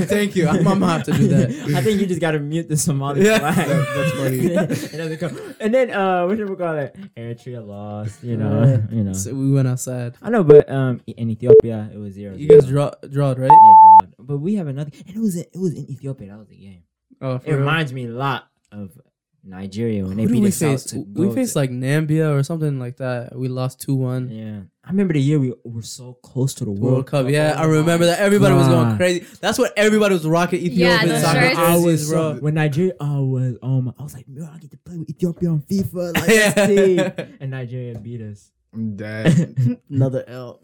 Speaker 7: thank you. I'm, I'm gonna have to do that.
Speaker 8: I think you just gotta mute the Somali
Speaker 7: Yeah.
Speaker 8: flag.
Speaker 6: that's funny.
Speaker 8: It doesn't come- And then uh, what should we call it? Eritrea lost. You know, you know.
Speaker 7: So we went outside.
Speaker 8: I know, but um, in Ethiopia it was zero.
Speaker 7: You guys
Speaker 8: zero.
Speaker 7: draw, drawed, right?
Speaker 8: Yeah, draw. But we have another, and it was it was in Ethiopia. That was the game.
Speaker 7: Oh,
Speaker 8: It reminds me a lot of Nigeria when they
Speaker 7: Who do
Speaker 8: beat
Speaker 7: we
Speaker 8: the
Speaker 7: face?
Speaker 8: South. to
Speaker 7: We
Speaker 8: go
Speaker 7: faced
Speaker 8: to-
Speaker 7: like Nambia or something like that. We lost two one
Speaker 8: yeah. I remember the year we were so close to the World,
Speaker 7: World Cup. Yeah,
Speaker 8: Oh
Speaker 7: I
Speaker 8: my
Speaker 7: remember that. Everybody was going
Speaker 8: God.
Speaker 7: crazy. That's what everybody was rocking. Ethiopian
Speaker 5: those
Speaker 7: soccer
Speaker 5: shirts.
Speaker 8: I was
Speaker 7: jerseys,
Speaker 8: so,
Speaker 7: bro.
Speaker 8: when Nigeria. I was oh my! I was like, man, I get to play with Ethiopia on FIFA. Like,
Speaker 7: Yeah.
Speaker 8: let's see." and Nigeria beat us.
Speaker 6: I'm dead.
Speaker 7: Another L.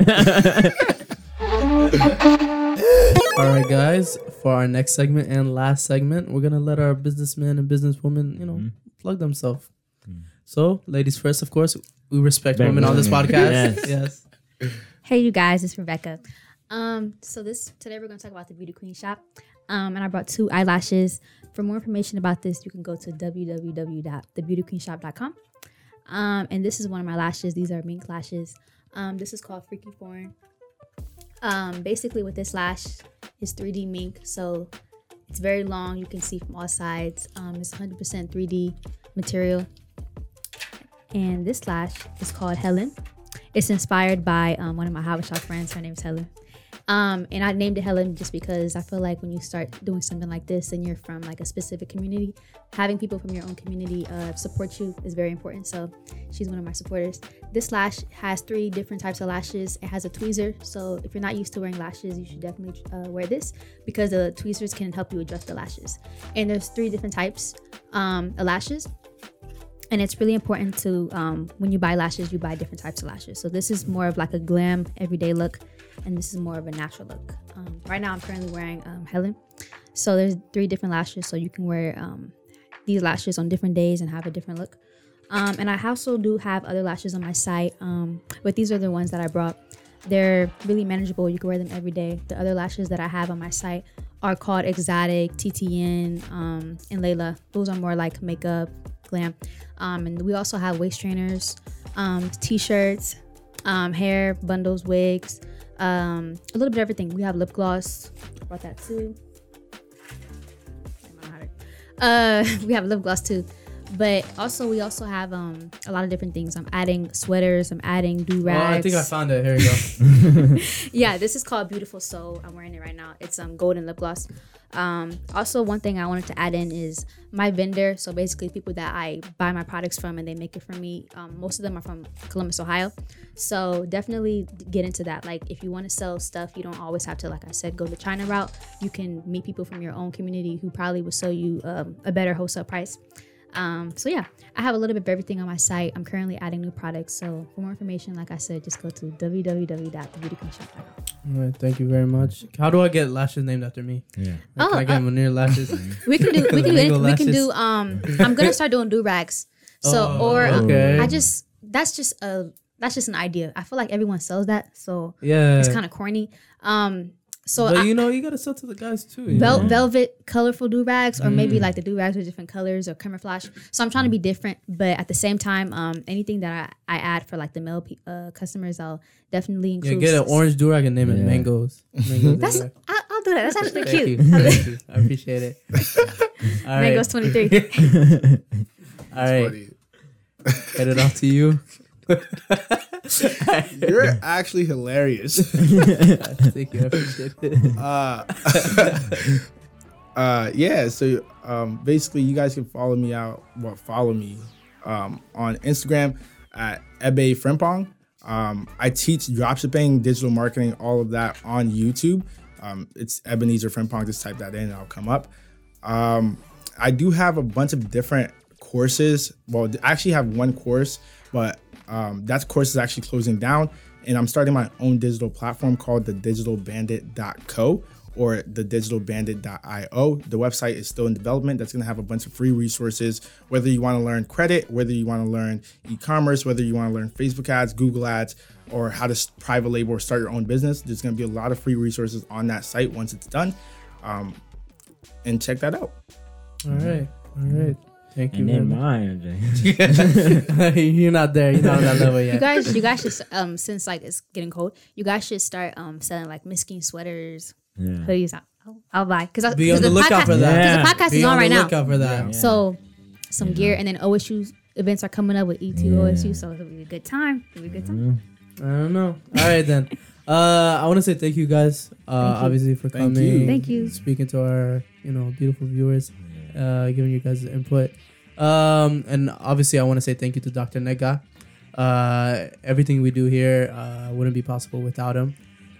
Speaker 7: All right, guys. For our next segment and last segment, we're gonna let our businessmen and businesswomen, you know, plug themselves. So, ladies first, of course. We respect
Speaker 8: Very
Speaker 7: women on this
Speaker 8: women.
Speaker 7: podcast. Yes.
Speaker 5: Hey, you guys, it's Rebecca. Um, so this today we're going to talk about the beauty queen shop, um, and I brought two eyelashes. For more information about this, you can go to www.thebeautyqueenshop.com. Um, and this is one of my lashes. These are mink lashes. Um, this is called Freaky Foreign. Um, basically, with this lash, it's 3D mink, so it's very long. You can see from all sides. Um, it's 100% 3D material. And this lash is called Helen. It's inspired by um, one of my Hava Shop friends. Her name is Helen. Um, and I named it Helen just because I feel like when you start doing something like this and you're from like a specific community, having people from your own community uh, support you is very important. So she's one of my supporters. This lash has three different types of lashes. It has a tweezer. So if you're not used to wearing lashes, you should definitely uh, wear this because the tweezers can help you adjust the lashes. And there's three different types um, of lashes and it's really important to um, when you buy lashes you buy different types of lashes so this is more of like a glam everyday look and this is more of a natural look um, right now i'm currently wearing um, helen so there's three different lashes so you can wear um, these lashes on different days and have a different look um, and i also do have other lashes on my site um, but these are the ones that i brought they're really manageable you can wear them every day the other lashes that i have on my site are called exotic ttn um, and layla those are more like makeup glam um, and we also have waist trainers, um, t-shirts, um, hair bundles, wigs, um, a little bit of everything. We have lip gloss. Brought that too. Uh, we have lip gloss too, but also we also have um, a lot of different things. I'm adding sweaters. I'm adding do
Speaker 7: Oh,
Speaker 5: rags.
Speaker 7: I think I found it. Here you go.
Speaker 5: yeah, this is called Beautiful Soul. I'm wearing it right now. It's um golden lip gloss. Um, also one thing I wanted to add in is my vendor. So basically, people that I buy my products from and they make it for me. Um, most of them are from Columbus, Ohio. So definitely get into that. Like if you want to sell stuff, you don't always have to, like I said, go the China route. You can meet people from your own community who probably will sell you um, a better wholesale price. Um, so yeah, I have a little bit of everything on my site. I'm currently adding new products. So for more information, like I said, just go to www.thebeautyqueenshop.com.
Speaker 7: All right, thank you very much. How do I get lashes named after me?
Speaker 11: Yeah.
Speaker 7: How can
Speaker 5: Oh,
Speaker 7: I get
Speaker 5: uh,
Speaker 7: Munir lashes?
Speaker 5: We can do we can do anything.
Speaker 7: Mango
Speaker 5: We can do
Speaker 7: lashes. Oh,
Speaker 5: um I'm gonna start doing do rags. So or um,
Speaker 7: okay.
Speaker 5: I just that's just a that's just an idea. I feel like everyone sells that, so
Speaker 7: yeah.
Speaker 5: it's kind of corny. Um so
Speaker 7: but
Speaker 5: I,
Speaker 7: you know, you gotta sell to the guys too. you
Speaker 5: vel-
Speaker 7: know? Mm.
Speaker 5: velvet colorful do rags or maybe like the do rags with different colors or camouflage. So I'm trying to be different, but at the same time, um anything that I, I add for like the male pe- uh, customers, I'll definitely
Speaker 7: Yeah,
Speaker 5: include.
Speaker 7: get an
Speaker 5: s-
Speaker 7: orange durag and name it
Speaker 8: Yeah.
Speaker 7: mangoes. Mangoes
Speaker 5: That's
Speaker 7: durag.
Speaker 5: I, I'll do that. That's actually
Speaker 7: Thank
Speaker 5: cute.
Speaker 7: you. Thank you. I appreciate it. All right.
Speaker 5: Mango's 23.
Speaker 7: All right. Get it off to you.
Speaker 6: You're actually hilarious.
Speaker 7: Thank you. I appreciate it.
Speaker 6: uh, uh, yeah. So um, basically, you guys can follow me out. Well, follow me um, on Instagram at Ebe Frempong. Um, I teach dropshipping, digital marketing, all of that on YouTube. Um, it's Ebenezer Frempong. Just type that in, and I'll come up. Um, I do have a bunch of different courses. Well, I actually have one course, but um, that course is actually closing down. And I'm starting my own digital platform called the digitalbandit.co or the digitalbandit.io. The website is still in development. That's going to have a bunch of free resources, whether you want to learn credit, whether you want to learn e commerce, whether you want to learn Facebook ads, Google ads, or how to s- private label or start your own business. There's going to be a lot of free resources on that site once it's done. Um, and check that out.
Speaker 7: All right. All right. Thank you. Very
Speaker 8: And then
Speaker 7: much.
Speaker 8: mine. I'm just-
Speaker 7: you're not there. You're not on that level
Speaker 5: You
Speaker 7: yet.
Speaker 5: guys, you guys should um since like it's getting cold, you guys should start um selling like miskin sweaters,
Speaker 8: Yeah.
Speaker 5: hoodies. I'll, I'll buy because I
Speaker 7: Be on
Speaker 5: because
Speaker 7: the lookout
Speaker 5: podcast,
Speaker 7: for that.
Speaker 5: Because the podcast
Speaker 7: Be
Speaker 5: is on,
Speaker 7: on
Speaker 5: right
Speaker 7: the
Speaker 5: now,
Speaker 7: lookout for that.
Speaker 5: so some gear and then OSU events are coming up with E ETU OSU, so it'll be a good time. It'll be a good time.
Speaker 7: I don't know. All right then. Uh, I want to say thank you guys, uh, obviously for
Speaker 6: Thank you.
Speaker 7: coming,
Speaker 5: Thank you.
Speaker 7: speaking to our you know beautiful viewers, uh, giving you guys input, um, and obviously I want to say thank you to Dr. Nega. Uh, everything we do here uh, wouldn't be possible without him,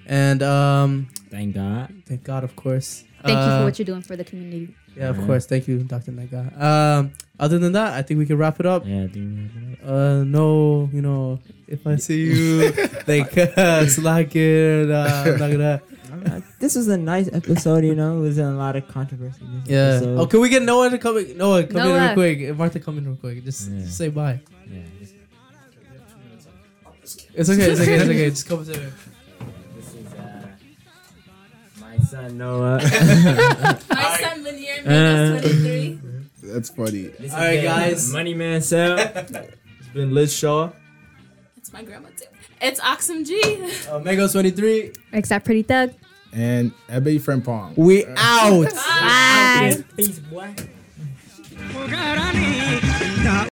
Speaker 7: and um,
Speaker 8: Thank God.
Speaker 7: thank God, of course.
Speaker 5: Thank you for
Speaker 7: Uh,
Speaker 5: what you're doing for the community.
Speaker 7: yeah, of
Speaker 8: Mhm.
Speaker 7: course. Thank you, Dr. Nega. Um, other than that, I think we can wrap it up.
Speaker 8: Yeah, I think we have it.
Speaker 7: uh no you know if i see you like uh, slack it uh, i'm not gonna
Speaker 8: I'm not- This was a nice episode, you know. It was a lot of controversy. This
Speaker 7: yeah
Speaker 8: Episode.
Speaker 7: oh can we get noah to come in noah come in real
Speaker 5: Noah.
Speaker 7: quick martha come in real quick just,
Speaker 8: Yeah.
Speaker 7: just say bye
Speaker 8: Yeah.
Speaker 7: it's okay it's okay it's okay just come say
Speaker 8: This is uh, son Noah.
Speaker 4: My son Lanier
Speaker 3: Uh.
Speaker 4: made us 23.
Speaker 6: That's funny.
Speaker 8: This
Speaker 7: All right,
Speaker 8: has been
Speaker 7: guys.
Speaker 8: Money Man Sal. It's been Liz Shaw.
Speaker 4: It's my grandma too. It's Oxum G.
Speaker 7: Omega 23.
Speaker 5: Except Pretty Thug.
Speaker 6: And Ebe Frimpong.
Speaker 7: We
Speaker 8: Uh,
Speaker 7: out.
Speaker 5: Bye.
Speaker 8: Peace, boy.
Speaker 2: Ugarani, na